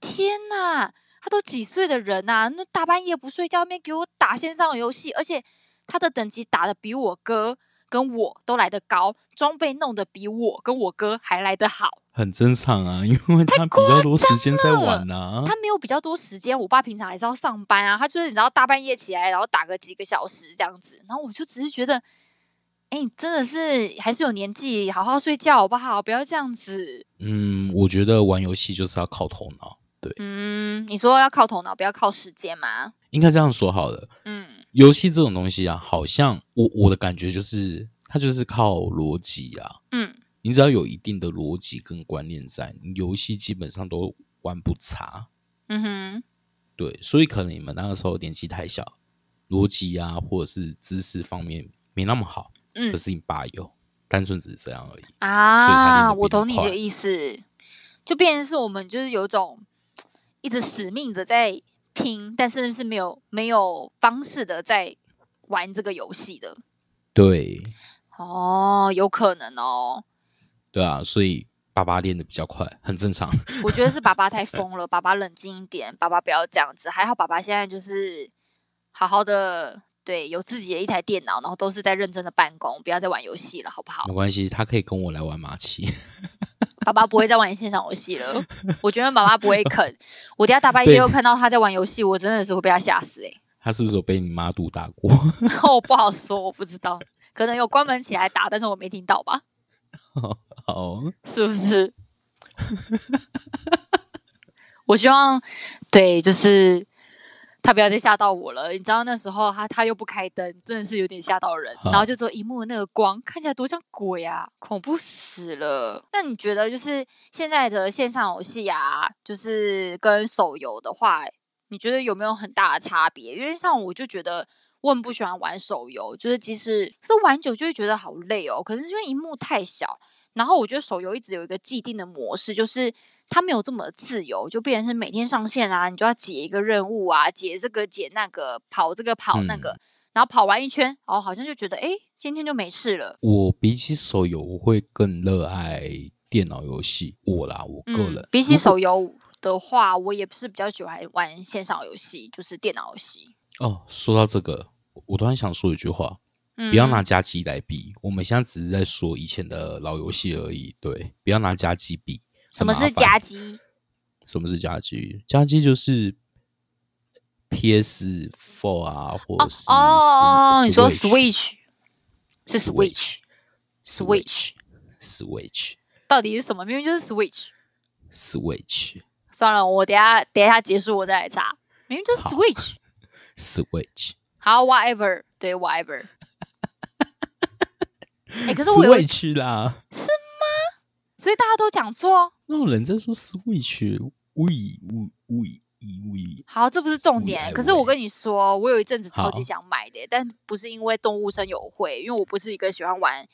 [SPEAKER 2] 天哪，他都几岁的人啊，那大半夜不睡觉，面给我打线上游戏，而且他的等级打的比我哥跟我都来得高，装备弄得比我跟我哥还来得好。
[SPEAKER 1] 很正常啊， <laughs> 因为他比较多时间在玩啊。
[SPEAKER 2] 他没有比较多时间，我爸平常还是要上班啊，他就是你知道大半夜起来，然后打个几个小时这样子，然后我就只是觉得，哎、你真的是还是有年纪，好好睡觉好不好？不要这样子。
[SPEAKER 1] 嗯，我觉得玩游戏就是要靠头脑，对，
[SPEAKER 2] 嗯，你说要靠头脑，不要靠时间吗？
[SPEAKER 1] 应该这样说好了。
[SPEAKER 2] 嗯
[SPEAKER 1] 游戏这种东西啊，好像我我的感觉就是，它就是靠逻辑啊。
[SPEAKER 2] 嗯，
[SPEAKER 1] 你只要有一定的逻辑跟观念在，你游戏基本上都玩不差。
[SPEAKER 2] 嗯哼，
[SPEAKER 1] 对，所以可能你们那个时候年纪太小，逻辑啊或者是知识方面没那么好，可
[SPEAKER 2] 嗯
[SPEAKER 1] 是你爸有，单纯只是这样而已。所以他练
[SPEAKER 2] 啊，
[SPEAKER 1] 得比你
[SPEAKER 2] 我懂你
[SPEAKER 1] 快
[SPEAKER 2] 的意思，就变成是我们就是有一种一直死命的在拼，但是是没有没有方式的在玩这个游戏的。
[SPEAKER 1] 对，
[SPEAKER 2] 哦，有可能哦。
[SPEAKER 1] 对啊，所以爸爸练的比较快，很正常。
[SPEAKER 2] 我觉得是爸爸太疯了，爸爸冷静一点，爸爸不要这样子。还好爸爸现在就是好好的，对，有自己的一台电脑，然后都是在认真的办公，不要再玩游戏了，好不好
[SPEAKER 1] 没？关系，他可以跟我来玩马戏。
[SPEAKER 2] 爸爸不会再玩线上游戏了，我觉得爸爸不会啃。我等一下大半夜
[SPEAKER 1] 对
[SPEAKER 2] 又看到他在玩游戏，我真的是会被他吓死 <laughs> 诶、
[SPEAKER 1] 他是不是有被你妈毒打过？ <laughs>
[SPEAKER 2] 欸。我不好说，我不知道，可能有关门起来打，但是我没听到吧？
[SPEAKER 1] 好，
[SPEAKER 2] 是不是？ <laughs> 我希望，对，就是他不要再吓到我了。你知道那时候他他又不开灯，真的是有点吓到人。然后就说荧幕的那个光看起来多像鬼啊，恐怖死了。那你觉得就是现在的线上游戏啊，就是跟手游的话，你觉得有没有很大的差别？因为像我就觉得我很不喜欢玩手游，就是即使可是玩久就会觉得好累哦。可能是因为荧幕太小，然后我觉得手游一直有一个既定的模式，就是它没有这么自由，就变成是每天上线啊，你就要解一个任务啊，解这个解那个，跑这个跑那
[SPEAKER 1] 嗯
[SPEAKER 2] 个，然后跑完一圈，哦，好像就觉得诶，今天就没事了。
[SPEAKER 1] 我比起手游，我会更热爱电脑游戏。我啦，我个人、
[SPEAKER 2] 嗯，比起
[SPEAKER 1] 如果
[SPEAKER 2] 手游的话，我也是比较喜欢玩线上游戏，就是电脑游戏。
[SPEAKER 1] 哦，说到这个，我我突然想说一句话，
[SPEAKER 2] 嗯，
[SPEAKER 1] 不要拿家机来比。我们现在只是在说以前的老游戏而已，对，不要拿家机比。
[SPEAKER 2] 什么
[SPEAKER 1] 很麻
[SPEAKER 2] 是
[SPEAKER 1] 烦
[SPEAKER 2] 夹击？
[SPEAKER 1] 什么是家机？家机就是 PS Four 啊，或者是
[SPEAKER 2] 哦，你说
[SPEAKER 1] Switch
[SPEAKER 2] Switch 是
[SPEAKER 1] Switch
[SPEAKER 2] Switch，Switch
[SPEAKER 1] Switch
[SPEAKER 2] 到底是什么？明明就是 Switch。
[SPEAKER 1] Switch
[SPEAKER 2] 算了，我等一下等一下结束我再来查，明明就是 Switch。
[SPEAKER 1] Switch
[SPEAKER 2] 好，whatever，对，whatever。哎、可是我有，
[SPEAKER 1] Switch 啦，
[SPEAKER 2] 所以大家都讲错。
[SPEAKER 1] 那种人在说 Switch，喂喂喂喂，
[SPEAKER 2] 好，这不是重
[SPEAKER 1] 无以
[SPEAKER 2] 点。
[SPEAKER 1] 为
[SPEAKER 2] 可是我跟你说，我有一阵子超级
[SPEAKER 1] 好，
[SPEAKER 2] 想买的，但不是因为动物声友会，因为我不是一个喜欢玩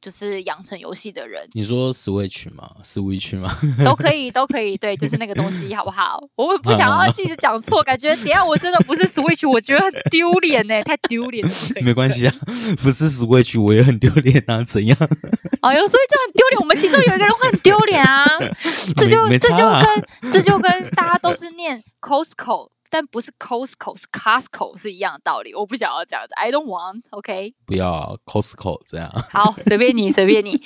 [SPEAKER 2] 就是养成游戏的人
[SPEAKER 1] 你说 Switch 吗？Switch 吗？ <laughs>
[SPEAKER 2] 都可以，都可以，对，就是那个东西，好不好？我也不想要自己讲错，感觉等一下我真的不是 Switch，我觉得很丢脸
[SPEAKER 1] <laughs>
[SPEAKER 2] 呢，太丢脸了，不可以。
[SPEAKER 1] 没关系啊，不是 Switch 我也很丢脸啊，怎样？
[SPEAKER 2] 哎呦，所以就很丢脸。我们其中有一个人会很丢脸啊，这就、
[SPEAKER 1] <laughs> 没没
[SPEAKER 2] 这就
[SPEAKER 1] 差啊
[SPEAKER 2] 跟这就跟大家都是念 Costco，但不是 Costco，是 Costco 是一样的道理。我不想要这样子，I don't want，OK？、
[SPEAKER 1] 不要啊 Costco 这样，
[SPEAKER 2] 好，随便你，随便
[SPEAKER 1] <laughs>
[SPEAKER 2] 你。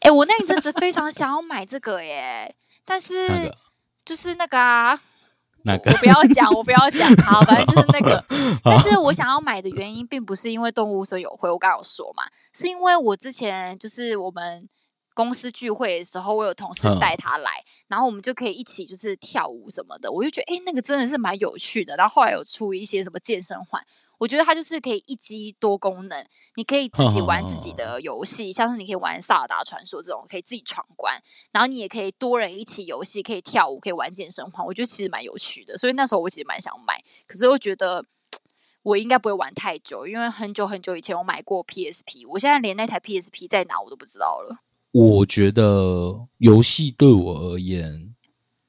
[SPEAKER 2] 哎、我那一阵子非常想要买这个耶，但是、
[SPEAKER 1] 那个
[SPEAKER 2] 就是那个啊，
[SPEAKER 1] 那
[SPEAKER 2] 我
[SPEAKER 1] 个
[SPEAKER 2] 不要
[SPEAKER 1] <laughs>
[SPEAKER 2] 讲，我不要讲，好，反正就是那个。但
[SPEAKER 1] 好
[SPEAKER 2] 是我想要买的原因，并不是因为动物所有会，我刚刚有说嘛，是因为我之前就是我们公司聚会的时候，我有同事
[SPEAKER 1] 嗯
[SPEAKER 2] 带他来，然后我们就可以一起就是跳舞什么的，我就觉得诶，那个真的是蛮有趣的。然后后来有出一些什么健身环，我觉得它就是可以一机多功能，你可以自己玩自己的游戏，像是你可以玩《萨尔达传说》这种，可以自己闯关，然后你也可以多人一起游戏，可以跳舞，可以玩健身环，我觉得其实蛮有趣的。所以那时候我其实蛮想买，可是又觉得我应该不会玩太久，因为很久很久以前我买过 PSP，我现在连那台 PSP 在哪我都不知道了。
[SPEAKER 1] 我觉得游戏对我而言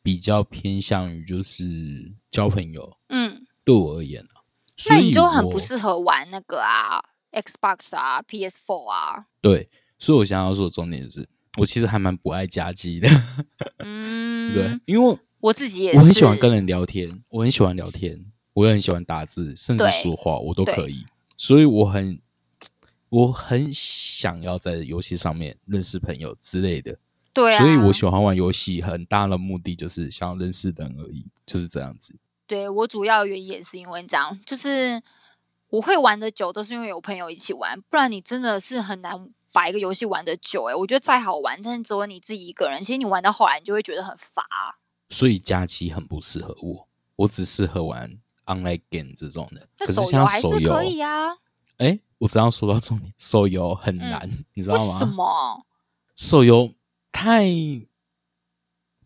[SPEAKER 1] 比较偏向于就是交朋友，
[SPEAKER 2] 嗯，
[SPEAKER 1] 对我而言啊，所
[SPEAKER 2] 那
[SPEAKER 1] 以
[SPEAKER 2] 你就很不
[SPEAKER 1] 我
[SPEAKER 2] 适合玩那个啊，Xbox 啊，PS4
[SPEAKER 1] <laughs>
[SPEAKER 2] 啊，
[SPEAKER 1] 对，所以我想要说的重点是，我其实还蛮不爱夹击的，
[SPEAKER 2] 嗯，
[SPEAKER 1] 对，，因为
[SPEAKER 2] 我自己也
[SPEAKER 1] 我
[SPEAKER 2] 是，
[SPEAKER 1] 很喜欢跟人聊天，我很喜欢聊天，我也很喜欢打字，甚至
[SPEAKER 2] 对
[SPEAKER 1] 说话，我都
[SPEAKER 2] 对
[SPEAKER 1] 可以。所以我很，我很想要在游戏上面认识朋友之类的。
[SPEAKER 2] 对啊，
[SPEAKER 1] 所以我喜欢玩游戏，很大的目的就是想要认识人而已，就是这样子。
[SPEAKER 2] 对我主要的原因也是因为这样，就是我会玩的久，都是因为有朋友一起玩，不然你真的是很难把一个游戏玩的久、欸。我觉得再好玩，但是只有你自己一个人，其实你玩到后来，你就会觉得很乏、
[SPEAKER 1] 所以假期很不适合我，我只适合玩 online game 这种的。
[SPEAKER 2] 那
[SPEAKER 1] 可是
[SPEAKER 2] 手游
[SPEAKER 1] 像
[SPEAKER 2] 还是
[SPEAKER 1] 手游，
[SPEAKER 2] 可以啊，
[SPEAKER 1] 哎、我只要说到重点， <laughs> 手游很难，你知道
[SPEAKER 2] 嗯为
[SPEAKER 1] 吗？
[SPEAKER 2] 什么？
[SPEAKER 1] 手游太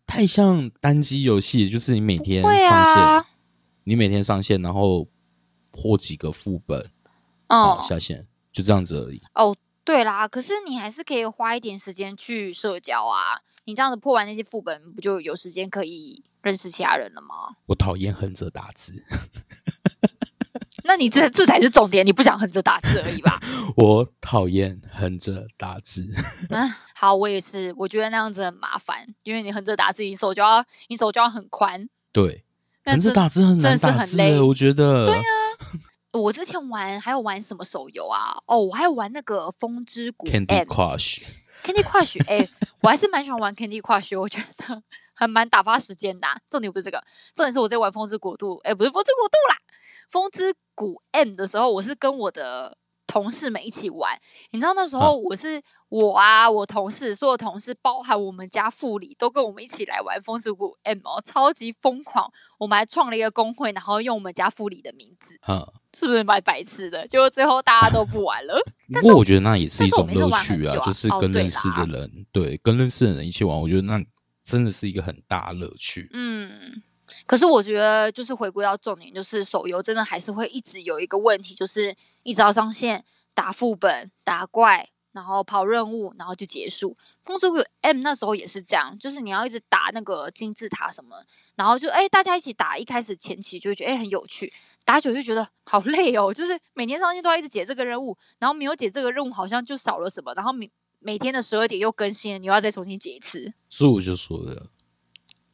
[SPEAKER 1] 太像单机游戏，就是你每天
[SPEAKER 2] 不
[SPEAKER 1] 上
[SPEAKER 2] 会
[SPEAKER 1] 线，
[SPEAKER 2] 啊
[SPEAKER 1] 你每天上线，然后破几个副本，
[SPEAKER 2] 嗯
[SPEAKER 1] 好，下线，就这样子而已。
[SPEAKER 2] 对啦，可是你还是可以花一点时间去社交啊。你这样子破完那些副本，不就有时间可以认识其他人了吗？
[SPEAKER 1] 我讨厌横着打字，
[SPEAKER 2] 那你这这才是重点，你不想横着打字而已吧？
[SPEAKER 1] 我讨厌横着打字。
[SPEAKER 2] 啊，好，我也是，我觉得那样子很麻烦，因为你横着打字，你手就要你手就要很宽。 <laughs>
[SPEAKER 1] 对，
[SPEAKER 2] 那
[SPEAKER 1] 横着
[SPEAKER 2] 这
[SPEAKER 1] 打字很难
[SPEAKER 2] 真的是
[SPEAKER 1] 打
[SPEAKER 2] 很
[SPEAKER 1] 字、
[SPEAKER 2] 累啊
[SPEAKER 1] 欸，我觉得。对呀、
[SPEAKER 2] 我之前玩还有玩什么手游啊？哦，我还有玩那个《风之谷
[SPEAKER 1] c a
[SPEAKER 2] M
[SPEAKER 1] n d y Crush，
[SPEAKER 2] Candy Crush，哎、我还是蛮喜欢玩 Candy Crush，我觉得还蛮打发时间的啊、重点不是这个，重点是我在玩《风之国度》，哎，不是《风之国度》啦，《风之谷 M》的时候，我是跟我的同事们一起玩。你知道那时
[SPEAKER 1] 啊
[SPEAKER 2] 候我是我啊，我同事所有同事，包含我们家副理，都跟我们一起来玩《风之谷 M》哦，超级疯狂。我们还创了一个公会，然后用我们家副理的名字，
[SPEAKER 1] 哈。
[SPEAKER 2] 是不是蛮白痴的？结果最后大家都不玩了。
[SPEAKER 1] 不过我觉得那也是一种
[SPEAKER 2] 但是
[SPEAKER 1] 乐
[SPEAKER 2] 我每次
[SPEAKER 1] 趣
[SPEAKER 2] 玩很久啊
[SPEAKER 1] 就是
[SPEAKER 2] 哦
[SPEAKER 1] 跟
[SPEAKER 2] 对
[SPEAKER 1] 认识的
[SPEAKER 2] 啦
[SPEAKER 1] 人，对，跟认识的人一起玩，我觉得那真的是一个很大的乐趣。
[SPEAKER 2] 嗯，可是我觉得就是回归到重点，就是手游真的还是会一直有一个问题，就是一直要上线打副本、打怪，然后跑任务，然后就结束。公主谷 M 那时候也是这样，就是你要一直打那个金字塔什么，然后就哎、大家一起打，一开始前期就会觉得哎、很有趣，打久就觉得好累哦，就是每天上线都要一直解这个任务，然后没有解这个任务好像就少了什么，然后每每天的十二点又更新了，你又要再重新解一次。
[SPEAKER 1] 所以我就说了，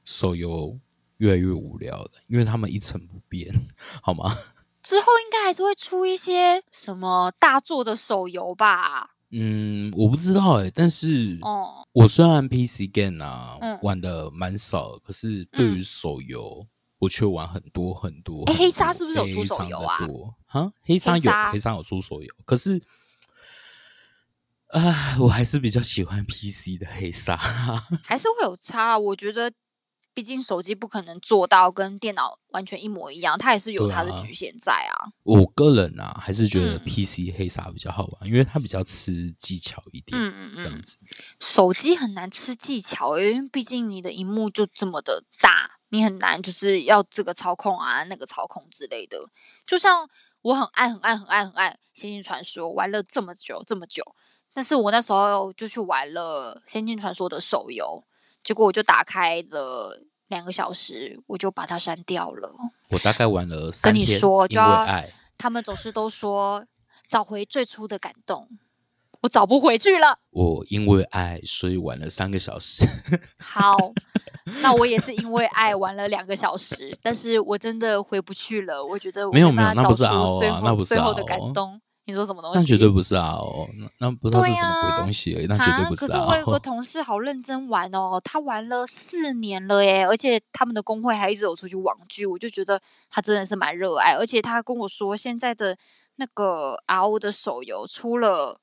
[SPEAKER 1] 手游越来越无聊了，因为他们一成不变，好吗？
[SPEAKER 2] 之后应该还是会出一些什么大作的手游吧？
[SPEAKER 1] 嗯，我不知道哎、但是 <laughs>
[SPEAKER 2] 哦、
[SPEAKER 1] 我虽然 PC game 啊、
[SPEAKER 2] 嗯
[SPEAKER 1] 玩的蛮少，可是对于
[SPEAKER 2] 嗯
[SPEAKER 1] 手游、我却玩很多很多。
[SPEAKER 2] 诶
[SPEAKER 1] 很
[SPEAKER 2] 黑鲨
[SPEAKER 1] 多
[SPEAKER 2] 是不是有出
[SPEAKER 1] 非
[SPEAKER 2] 手
[SPEAKER 1] 常
[SPEAKER 2] 游
[SPEAKER 1] 地
[SPEAKER 2] 啊
[SPEAKER 1] 多？啊，黑鲨
[SPEAKER 2] 黑
[SPEAKER 1] 有，
[SPEAKER 2] 鲨
[SPEAKER 1] 黑鲨有出手游，可是。啊，我还是比较喜欢 PC 的黑鲨，
[SPEAKER 2] 还是会有差啦。我觉得，毕竟手机不可能做到跟电脑完全一模一样，它也是有
[SPEAKER 1] 对
[SPEAKER 2] 它的
[SPEAKER 1] 啊
[SPEAKER 2] 局限在啊。
[SPEAKER 1] 我个人啊，还是觉得
[SPEAKER 2] 嗯
[SPEAKER 1] PC 黑鲨比较好玩，因为它比较吃技巧一点，
[SPEAKER 2] 嗯嗯
[SPEAKER 1] 这样
[SPEAKER 2] 嗯
[SPEAKER 1] 子。
[SPEAKER 2] 手机很难吃技巧欸，因为毕竟你的荧幕就这么的大，你很难就是要这个操控啊，那个操控之类的。就像我很爱很爱很爱很爱《仙境传说》，玩了这么久这么久，但是我那时候就去玩了《仙境传说》的手游，结果我就打开了两个小时，我就把它删掉了。
[SPEAKER 1] 我大概玩了三
[SPEAKER 2] 跟
[SPEAKER 1] 天，
[SPEAKER 2] 你说就
[SPEAKER 1] 因为
[SPEAKER 2] 要
[SPEAKER 1] 爱，
[SPEAKER 2] 他们总是都说找回最初的感动，我找不回去了。
[SPEAKER 1] 我因为爱，所以玩了三个小时。
[SPEAKER 2] 好，那我也是因为爱玩了两个小时，但是我真的回不去了。我觉得我
[SPEAKER 1] 没有
[SPEAKER 2] 办法
[SPEAKER 1] 没有那不是
[SPEAKER 2] 找出
[SPEAKER 1] RO 啊
[SPEAKER 2] 最后
[SPEAKER 1] 那不是
[SPEAKER 2] 最后的
[SPEAKER 1] RO
[SPEAKER 2] 感动。你说什么东
[SPEAKER 1] 那
[SPEAKER 2] 西？
[SPEAKER 1] 绝对不是啊！哦，那那不知道是
[SPEAKER 2] 对
[SPEAKER 1] 什么
[SPEAKER 2] 啊
[SPEAKER 1] 鬼东西而已，那绝对不
[SPEAKER 2] 可
[SPEAKER 1] 是
[SPEAKER 2] 是
[SPEAKER 1] 啊！
[SPEAKER 2] 我有
[SPEAKER 1] <laughs>
[SPEAKER 2] 个同事好认真玩哦，他玩了四年了耶，而且他们的工会还一直有出去网剧，我就觉得他真的是蛮热爱。而且他跟我说，现在的那个 RO 的手游出了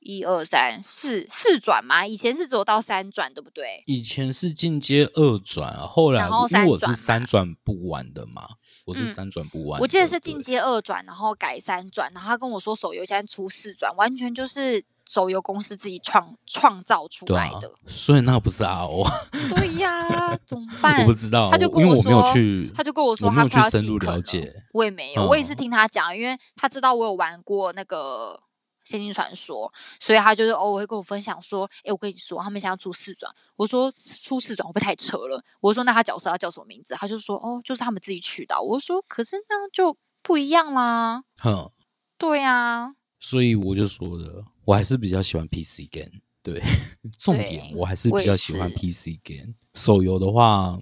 [SPEAKER 2] 一二三四四转嘛，以前是只有到三转，对不对？
[SPEAKER 1] 以前是进阶二转啊，后来
[SPEAKER 2] 然后
[SPEAKER 1] 因为我
[SPEAKER 2] 三转
[SPEAKER 1] 是
[SPEAKER 2] 嘛
[SPEAKER 1] 三转不玩的嘛，我是
[SPEAKER 2] 嗯
[SPEAKER 1] 三转不玩的。
[SPEAKER 2] 我记得是
[SPEAKER 1] 对
[SPEAKER 2] 进阶二转，然后改三转，然后他跟我说手游现在出四转，完全就是手游公司自己创创造出
[SPEAKER 1] 对
[SPEAKER 2] 来
[SPEAKER 1] 啊
[SPEAKER 2] 的。，
[SPEAKER 1] 所以那不是 <laughs> RO，啊
[SPEAKER 2] 对呀、怎么
[SPEAKER 1] <laughs> 我
[SPEAKER 2] 办
[SPEAKER 1] 不？知道，
[SPEAKER 2] 他就
[SPEAKER 1] 我
[SPEAKER 2] 跟
[SPEAKER 1] 因为
[SPEAKER 2] 我
[SPEAKER 1] 我没有
[SPEAKER 2] 说
[SPEAKER 1] 去，
[SPEAKER 2] 他就跟我说
[SPEAKER 1] 我没
[SPEAKER 2] 他
[SPEAKER 1] 有去
[SPEAKER 2] 快要
[SPEAKER 1] 深
[SPEAKER 2] 弃
[SPEAKER 1] 入
[SPEAKER 2] 坑
[SPEAKER 1] 了
[SPEAKER 2] 了
[SPEAKER 1] 解。
[SPEAKER 2] 我也没有，我也是
[SPEAKER 1] 嗯
[SPEAKER 2] 听他讲，因为他知道我有玩过那个《仙境传说》，所以他就是偶尔会跟我分享说：“诶，我跟你说，他们想要出四转。”我说：“出四转会不会太扯了？”我说：“那他角色要叫什么名字？”他就说：“哦，就是他们自己取的啊。”我说：“可是那样就不一样啦。
[SPEAKER 1] 哼，”
[SPEAKER 2] 对啊，
[SPEAKER 1] 所以我就说了，我还是比较喜欢 PC game。对， <laughs> 重点我还是比较喜欢
[SPEAKER 2] 我也
[SPEAKER 1] PC game。手游的话，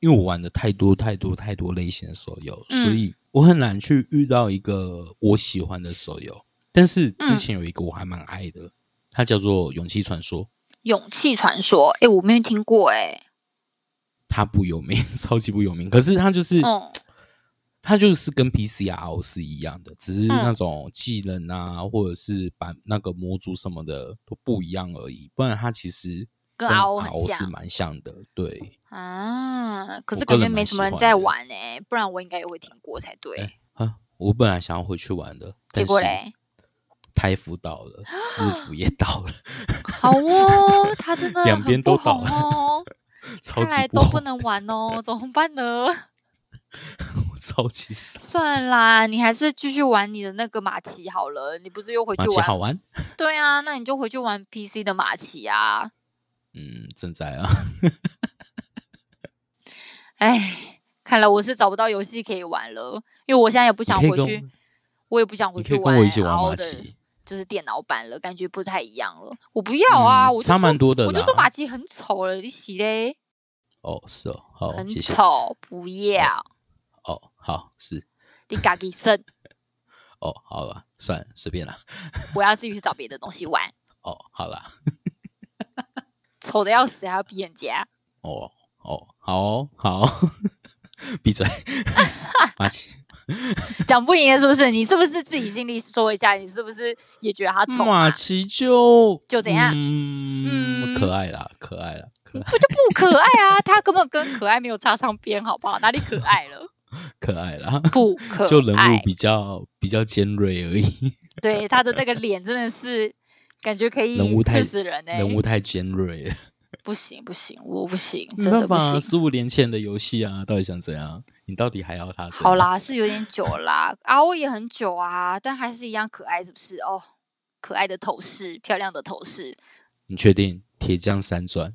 [SPEAKER 1] 因为我玩的太多太多太多类型的手游，
[SPEAKER 2] 嗯
[SPEAKER 1] 所以我很难去遇到一个我喜欢的手游。但是之前有一个我还蛮爱的，它叫做《勇气传说》，
[SPEAKER 2] 《勇气传说》诶，我没有听过诶。
[SPEAKER 1] 它不有名， <laughs> 超级不有名。可是它就是，
[SPEAKER 2] 嗯
[SPEAKER 1] 它就是跟 PCRO 是一样的，只是那种技能啊，或者是版那个模组什么的都不一样而已。不然它其实
[SPEAKER 2] 跟 RO 很
[SPEAKER 1] RO 是
[SPEAKER 2] 像
[SPEAKER 1] 蛮像的。对，
[SPEAKER 2] 啊，可
[SPEAKER 1] 我
[SPEAKER 2] 是
[SPEAKER 1] 个
[SPEAKER 2] 感
[SPEAKER 1] 人
[SPEAKER 2] 觉没
[SPEAKER 1] 蛮
[SPEAKER 2] 什
[SPEAKER 1] 喜
[SPEAKER 2] 么人
[SPEAKER 1] 欢
[SPEAKER 2] 在
[SPEAKER 1] 的
[SPEAKER 2] 玩诶，不然我应该也会听过才对。
[SPEAKER 1] 哎啊，我本来想要回去玩的，
[SPEAKER 2] 结
[SPEAKER 1] 但
[SPEAKER 2] 果
[SPEAKER 1] 是
[SPEAKER 2] 嘞，
[SPEAKER 1] 台服倒了，日服也倒
[SPEAKER 2] <laughs>
[SPEAKER 1] 了，
[SPEAKER 2] 好哦，他真
[SPEAKER 1] <laughs>
[SPEAKER 2] 的
[SPEAKER 1] 两边
[SPEAKER 2] 很
[SPEAKER 1] 都
[SPEAKER 2] 不
[SPEAKER 1] 倒
[SPEAKER 2] 红哦，
[SPEAKER 1] <laughs> 超
[SPEAKER 2] 看
[SPEAKER 1] 级
[SPEAKER 2] 来
[SPEAKER 1] 不
[SPEAKER 2] 都不
[SPEAKER 1] 好
[SPEAKER 2] 能玩哦，怎么办呢？ <laughs>
[SPEAKER 1] <laughs> 我超级傻。
[SPEAKER 2] 算啦，你还是继续玩你的那个马奇好了。你不是又回
[SPEAKER 1] 马
[SPEAKER 2] 去
[SPEAKER 1] 奇
[SPEAKER 2] 玩？
[SPEAKER 1] 好玩，
[SPEAKER 2] 对啊，那你就回去玩 PC 的马奇啊。
[SPEAKER 1] 嗯，正在啊，
[SPEAKER 2] 哎，看来我是找不到游戏可以玩了，因为我现在也不想
[SPEAKER 1] 你可以
[SPEAKER 2] 回
[SPEAKER 1] 跟
[SPEAKER 2] 去
[SPEAKER 1] 我，
[SPEAKER 2] 嗯我也不想回
[SPEAKER 1] 你
[SPEAKER 2] 去
[SPEAKER 1] 可以跟我一起玩
[SPEAKER 2] RO
[SPEAKER 1] 马
[SPEAKER 2] 的
[SPEAKER 1] 奇。
[SPEAKER 2] 就是电脑版了，感觉不太一样了。我不要啊，
[SPEAKER 1] 嗯
[SPEAKER 2] 我就
[SPEAKER 1] 差
[SPEAKER 2] 说
[SPEAKER 1] 蛮多的
[SPEAKER 2] 我就
[SPEAKER 1] 啦
[SPEAKER 2] 说马奇很丑了，你洗嘞，
[SPEAKER 1] 哦，是哦，好，
[SPEAKER 2] 很
[SPEAKER 1] 谢谢。
[SPEAKER 2] 丑，不要，
[SPEAKER 1] 哦，好，是
[SPEAKER 2] 你嘎给生。
[SPEAKER 1] 哦，好了，算了，随便啦。
[SPEAKER 2] 我要自己去找别的东西玩，
[SPEAKER 1] 哦，好啦，
[SPEAKER 2] 丑的要死，还要逼人家。
[SPEAKER 1] 哦哦，好哦好， <laughs> 闭
[SPEAKER 2] <laughs>
[SPEAKER 1] 嘴，马奇。
[SPEAKER 2] 讲不赢了是不是？你是不是自己心里说一下？你是不是也觉得他丑、
[SPEAKER 1] 马
[SPEAKER 2] 啊？
[SPEAKER 1] 奇就
[SPEAKER 2] 就怎样
[SPEAKER 1] 嗯，
[SPEAKER 2] 嗯
[SPEAKER 1] 可爱啦，可爱啦，可爱
[SPEAKER 2] 不就不可爱啊？他根本跟可爱没有插上边，好不好？哪里可爱了？
[SPEAKER 1] 可爱啦，
[SPEAKER 2] 不可爱。
[SPEAKER 1] 就人物比较比较尖锐而已，
[SPEAKER 2] 对他的那个脸真的是，感觉可以
[SPEAKER 1] 人物太
[SPEAKER 2] 刺死人呢、欸
[SPEAKER 1] 人物太尖锐了，
[SPEAKER 2] 不行不行，我不行，
[SPEAKER 1] 没
[SPEAKER 2] 真
[SPEAKER 1] 办
[SPEAKER 2] 的不
[SPEAKER 1] 法啊，
[SPEAKER 2] 行。
[SPEAKER 1] 十五年前的游戏啊，到底想怎样？你到底还要他怎样？
[SPEAKER 2] 好，啦，是有点久啦，啊，我也很久啊，但还是一样可爱，是不是？哦，可爱的头饰，漂亮的头饰，
[SPEAKER 1] 你确定铁匠三转？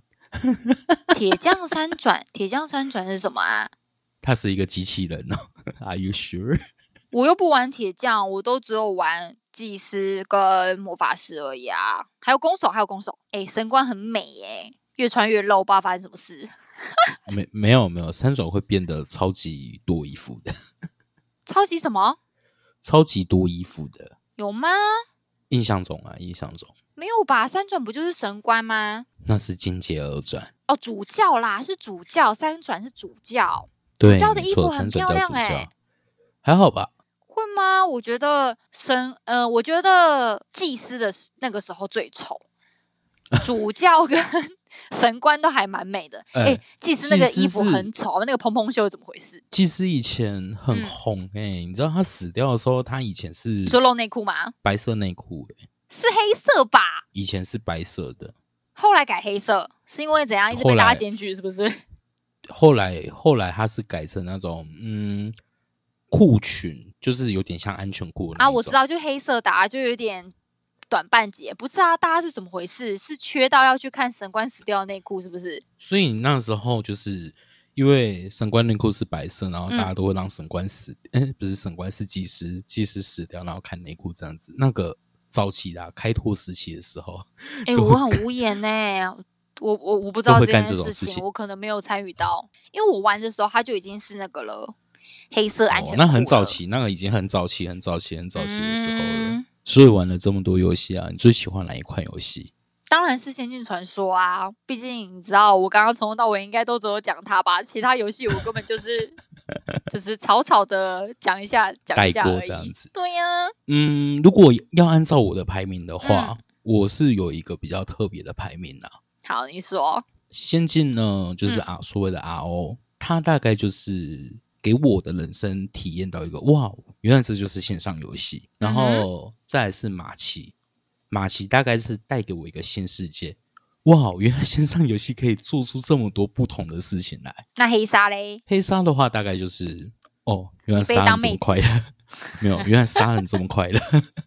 [SPEAKER 2] 铁匠三转，铁匠三转是什么啊？
[SPEAKER 1] 他是一个机器人哦 <laughs> ，Are you sure？
[SPEAKER 2] 我又不玩铁匠，我都只有玩祭司跟魔法师而已啊，还有弓手，还有弓手。哎、神官很美耶、越穿越露，不知道发生什么事，
[SPEAKER 1] 没没有没有，三转会变得超级多衣服的，
[SPEAKER 2] 超级什么？
[SPEAKER 1] 超级多衣服的，
[SPEAKER 2] 有吗？
[SPEAKER 1] 印象中啊，印象中
[SPEAKER 2] 没有吧？三转不就是神官吗？
[SPEAKER 1] 那是金杰二转。
[SPEAKER 2] 哦，主教啦，是主教，三转是主教，
[SPEAKER 1] 对，
[SPEAKER 2] 教的
[SPEAKER 1] 没
[SPEAKER 2] 衣
[SPEAKER 1] 错
[SPEAKER 2] 服很
[SPEAKER 1] 三转
[SPEAKER 2] 漂
[SPEAKER 1] 教
[SPEAKER 2] 亮
[SPEAKER 1] 主
[SPEAKER 2] 欸
[SPEAKER 1] 教还好吧？
[SPEAKER 2] 会吗？我觉得神，呃，我觉得祭司的时那个时候最
[SPEAKER 1] <laughs>
[SPEAKER 2] 丑，主教跟 <laughs> 神官都还蛮美的。哎、
[SPEAKER 1] 哎
[SPEAKER 2] 祭司那个
[SPEAKER 1] 祭司
[SPEAKER 2] 衣服
[SPEAKER 1] 是
[SPEAKER 2] 很丑，那个蓬蓬袖是怎么回事？
[SPEAKER 1] 祭司以前很
[SPEAKER 2] 嗯
[SPEAKER 1] 红哎、你知道他死掉的时候，他以前是
[SPEAKER 2] 你说露内裤吗？
[SPEAKER 1] 白色内裤哎，
[SPEAKER 2] 是黑色吧？
[SPEAKER 1] 以前是白色的，
[SPEAKER 2] 后来改黑色，是因为怎样一直
[SPEAKER 1] 后
[SPEAKER 2] 被大
[SPEAKER 1] 来
[SPEAKER 2] 家检举，是
[SPEAKER 1] <laughs>
[SPEAKER 2] 不是？
[SPEAKER 1] 后来后来他是改成那种嗯裤裙，就是有点像安全裤的那
[SPEAKER 2] 啊，
[SPEAKER 1] 一
[SPEAKER 2] 我知
[SPEAKER 1] 种
[SPEAKER 2] 道，就黑色的、啊，就有点短半截，不是啊？大家是怎么回事？是缺到要去看神官死掉的内裤，是不是？
[SPEAKER 1] 所以你那时候就是因为神官内裤是白色，然后大
[SPEAKER 2] 嗯
[SPEAKER 1] 家都会让神官死， <laughs> 嗯、不是神官是技师，技师死掉，然后看内裤这样子。那个早期啦，开拓时期的时候，啊 <laughs>
[SPEAKER 2] 哎、
[SPEAKER 1] 都
[SPEAKER 2] 我很无言呢、我我我不知道
[SPEAKER 1] 都会
[SPEAKER 2] 这
[SPEAKER 1] 干
[SPEAKER 2] 件
[SPEAKER 1] 这种
[SPEAKER 2] 事
[SPEAKER 1] 事
[SPEAKER 2] 情，
[SPEAKER 1] 情
[SPEAKER 2] 我可能没有参与到，因为我玩的时候他就已经是那个了，黑色安全
[SPEAKER 1] 哦
[SPEAKER 2] 裤、，
[SPEAKER 1] 那很早，期，那个已经很早期、很早期、很早期的时候了。
[SPEAKER 2] 嗯，
[SPEAKER 1] 所以玩了这么多游戏啊，你最喜欢哪一款游戏？
[SPEAKER 2] 当然是《仙境传说》啊，毕竟你知道，我刚刚从头到尾应该都只有讲它吧，其他游戏我根本就是
[SPEAKER 1] <laughs>
[SPEAKER 2] 就是草草的讲一下讲一下
[SPEAKER 1] 带过
[SPEAKER 2] 而
[SPEAKER 1] 这样
[SPEAKER 2] 已
[SPEAKER 1] 子。
[SPEAKER 2] 对呀、
[SPEAKER 1] 嗯，如果要按照我的排名的
[SPEAKER 2] 嗯
[SPEAKER 1] 话，我是有一个比较特别的排名啊。
[SPEAKER 2] 好，你说，
[SPEAKER 1] 仙境呢，就是
[SPEAKER 2] 嗯
[SPEAKER 1] 啊、所谓的 RO，它大概就是给我的人生体验到一个哇，原来这就是线上游戏。然
[SPEAKER 2] 嗯
[SPEAKER 1] 后再来是马奇，马奇大概是带给我一个新世界。哇，原来线上游戏可以做出这么多不同的事情来。
[SPEAKER 2] 那黑鲨嘞？
[SPEAKER 1] 黑鲨的话，大概就是哦，原来
[SPEAKER 2] 你被
[SPEAKER 1] 杀人
[SPEAKER 2] 当
[SPEAKER 1] 这
[SPEAKER 2] 妹
[SPEAKER 1] 么
[SPEAKER 2] 子
[SPEAKER 1] 快乐， <laughs> 没有，原来杀人这么快乐。 <laughs>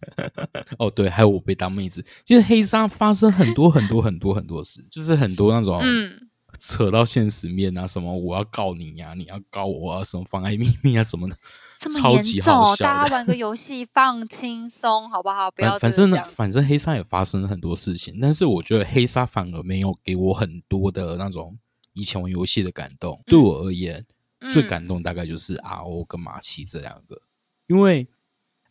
[SPEAKER 1] 哦，对，还有我被当妹子。其实黑鲨发生很多很多很多很多事，就是很多那种
[SPEAKER 2] 嗯，
[SPEAKER 1] 扯到现实面啊，什么我要告你呀、你要告我啊，什么妨碍秘密啊什么的，
[SPEAKER 2] 这么
[SPEAKER 1] 超
[SPEAKER 2] 严
[SPEAKER 1] 级
[SPEAKER 2] 重
[SPEAKER 1] 好
[SPEAKER 2] 哦，
[SPEAKER 1] 笑
[SPEAKER 2] 大
[SPEAKER 1] 的。
[SPEAKER 2] 家玩个游戏放轻松，好不好？不要
[SPEAKER 1] 反反
[SPEAKER 2] 真
[SPEAKER 1] 正呢
[SPEAKER 2] 的这样，子
[SPEAKER 1] 反正黑鲨也发生了很多事情，但是我觉得黑鲨反而没有给我很多的那种以前玩游戏的感动。对我而言，最
[SPEAKER 2] 嗯
[SPEAKER 1] 感动大概就是 RO 跟马奇这两个，因为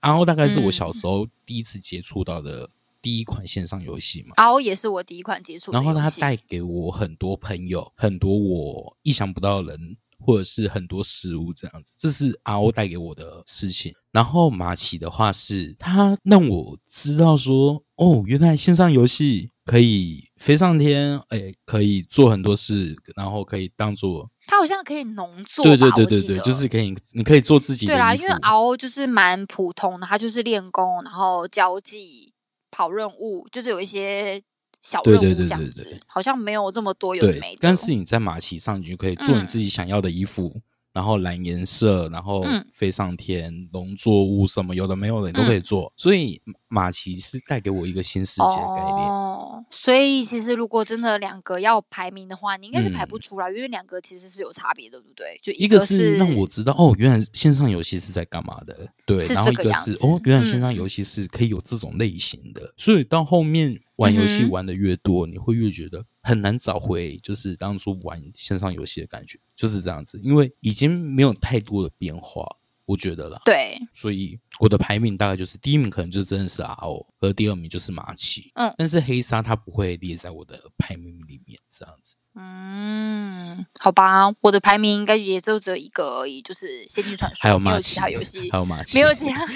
[SPEAKER 1] RO 大概
[SPEAKER 2] 嗯
[SPEAKER 1] 是我小时候第一次接触到的第一款线上游戏嘛，
[SPEAKER 2] 熬也是我第一款接触的
[SPEAKER 1] 然后
[SPEAKER 2] 游
[SPEAKER 1] 它
[SPEAKER 2] 戏
[SPEAKER 1] 带给我很多朋友，很多我意想不到的人，或者是很多食物这样子，这是 RO 带给我的事情。然后马奇的话是，它让我知道说，哦，原来线上游戏可以飞上天，哎，可以做很多事，然后可以当做
[SPEAKER 2] 它好像可以农作吧，
[SPEAKER 1] 对对对
[SPEAKER 2] 我
[SPEAKER 1] 对
[SPEAKER 2] 记
[SPEAKER 1] 对，
[SPEAKER 2] 得
[SPEAKER 1] 就是可以，你可以做自己的
[SPEAKER 2] 对啦，
[SPEAKER 1] 衣
[SPEAKER 2] 因
[SPEAKER 1] 服
[SPEAKER 2] 为。熬就是蛮普通的，它就是练功，然后交际、跑任务，就是有一些小
[SPEAKER 1] 对
[SPEAKER 2] 任
[SPEAKER 1] 对
[SPEAKER 2] 务
[SPEAKER 1] 对
[SPEAKER 2] 这样
[SPEAKER 1] 对
[SPEAKER 2] 子，
[SPEAKER 1] 对
[SPEAKER 2] 好像没有这么多有的没
[SPEAKER 1] 对
[SPEAKER 2] 的，。
[SPEAKER 1] 但是你在马骑上，你就可以做你自己想要的衣服，然后蓝颜色，然后
[SPEAKER 2] 嗯
[SPEAKER 1] 飞上天、农作物什么有的没有的你都可以做。所以马骑是带给我一个新世界的概念。
[SPEAKER 2] 哦，所以其实如果真的两个要排名的话，你应该是排不
[SPEAKER 1] 嗯
[SPEAKER 2] 出来，因为两个其实是有差别的，对不对？就
[SPEAKER 1] 一
[SPEAKER 2] 个
[SPEAKER 1] 个是让我知道哦，原来线上游戏是在干嘛的，对，
[SPEAKER 2] 是
[SPEAKER 1] 然后
[SPEAKER 2] 这
[SPEAKER 1] 一
[SPEAKER 2] 个
[SPEAKER 1] 个
[SPEAKER 2] 样
[SPEAKER 1] 是
[SPEAKER 2] 子
[SPEAKER 1] 哦，原来线
[SPEAKER 2] 嗯
[SPEAKER 1] 上游戏是可以有这种类型的，所以到后面玩游戏
[SPEAKER 2] 嗯哼
[SPEAKER 1] 玩的越多，你会越觉得很难找回就是当初玩线上游戏的感觉，就是这样子，因为已经没有太多的变化，我觉得啦，
[SPEAKER 2] 对，
[SPEAKER 1] 所以我的排名大概就是第一名可能就真的是 RO，和第二名就是马奇，
[SPEAKER 2] 嗯
[SPEAKER 1] 但是黑鲨它不会列在我的排名里面，这样子。
[SPEAKER 2] 嗯，好吧，我的排名应该也就只有一个而已，就是《仙境传说》，
[SPEAKER 1] 还有
[SPEAKER 2] 没
[SPEAKER 1] 马
[SPEAKER 2] 有
[SPEAKER 1] 奇，
[SPEAKER 2] 其他游戏
[SPEAKER 1] 还，有马奇，
[SPEAKER 2] 没有其他，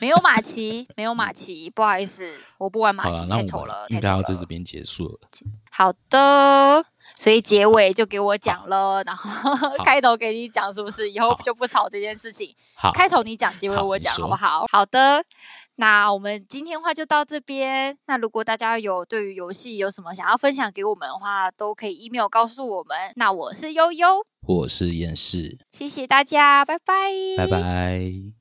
[SPEAKER 2] 没有马奇，没有马奇，不好意思，我不玩马
[SPEAKER 1] 好了，
[SPEAKER 2] 奇，
[SPEAKER 1] 那
[SPEAKER 2] 太
[SPEAKER 1] 我
[SPEAKER 2] 丑
[SPEAKER 1] 们
[SPEAKER 2] 了，
[SPEAKER 1] 应
[SPEAKER 2] 太
[SPEAKER 1] 该
[SPEAKER 2] 丑
[SPEAKER 1] 要在这
[SPEAKER 2] 了。
[SPEAKER 1] 边结束了。
[SPEAKER 2] 好的，所以结尾就给我讲了，然后
[SPEAKER 1] 好
[SPEAKER 2] 开头给你讲，是不是？以后
[SPEAKER 1] 好
[SPEAKER 2] 就不吵这件事情。
[SPEAKER 1] 好，
[SPEAKER 2] 开头你讲，结尾
[SPEAKER 1] 好
[SPEAKER 2] 我
[SPEAKER 1] 你
[SPEAKER 2] 讲，好
[SPEAKER 1] 说
[SPEAKER 2] 不好？好的，那我们今天话就到这边。那如果大家有对于游戏有什么想要分享给我们的话，都可以 email 告诉我们。那我是悠悠，
[SPEAKER 1] 我是严氏，
[SPEAKER 2] 谢谢大家，拜拜，
[SPEAKER 1] 拜拜。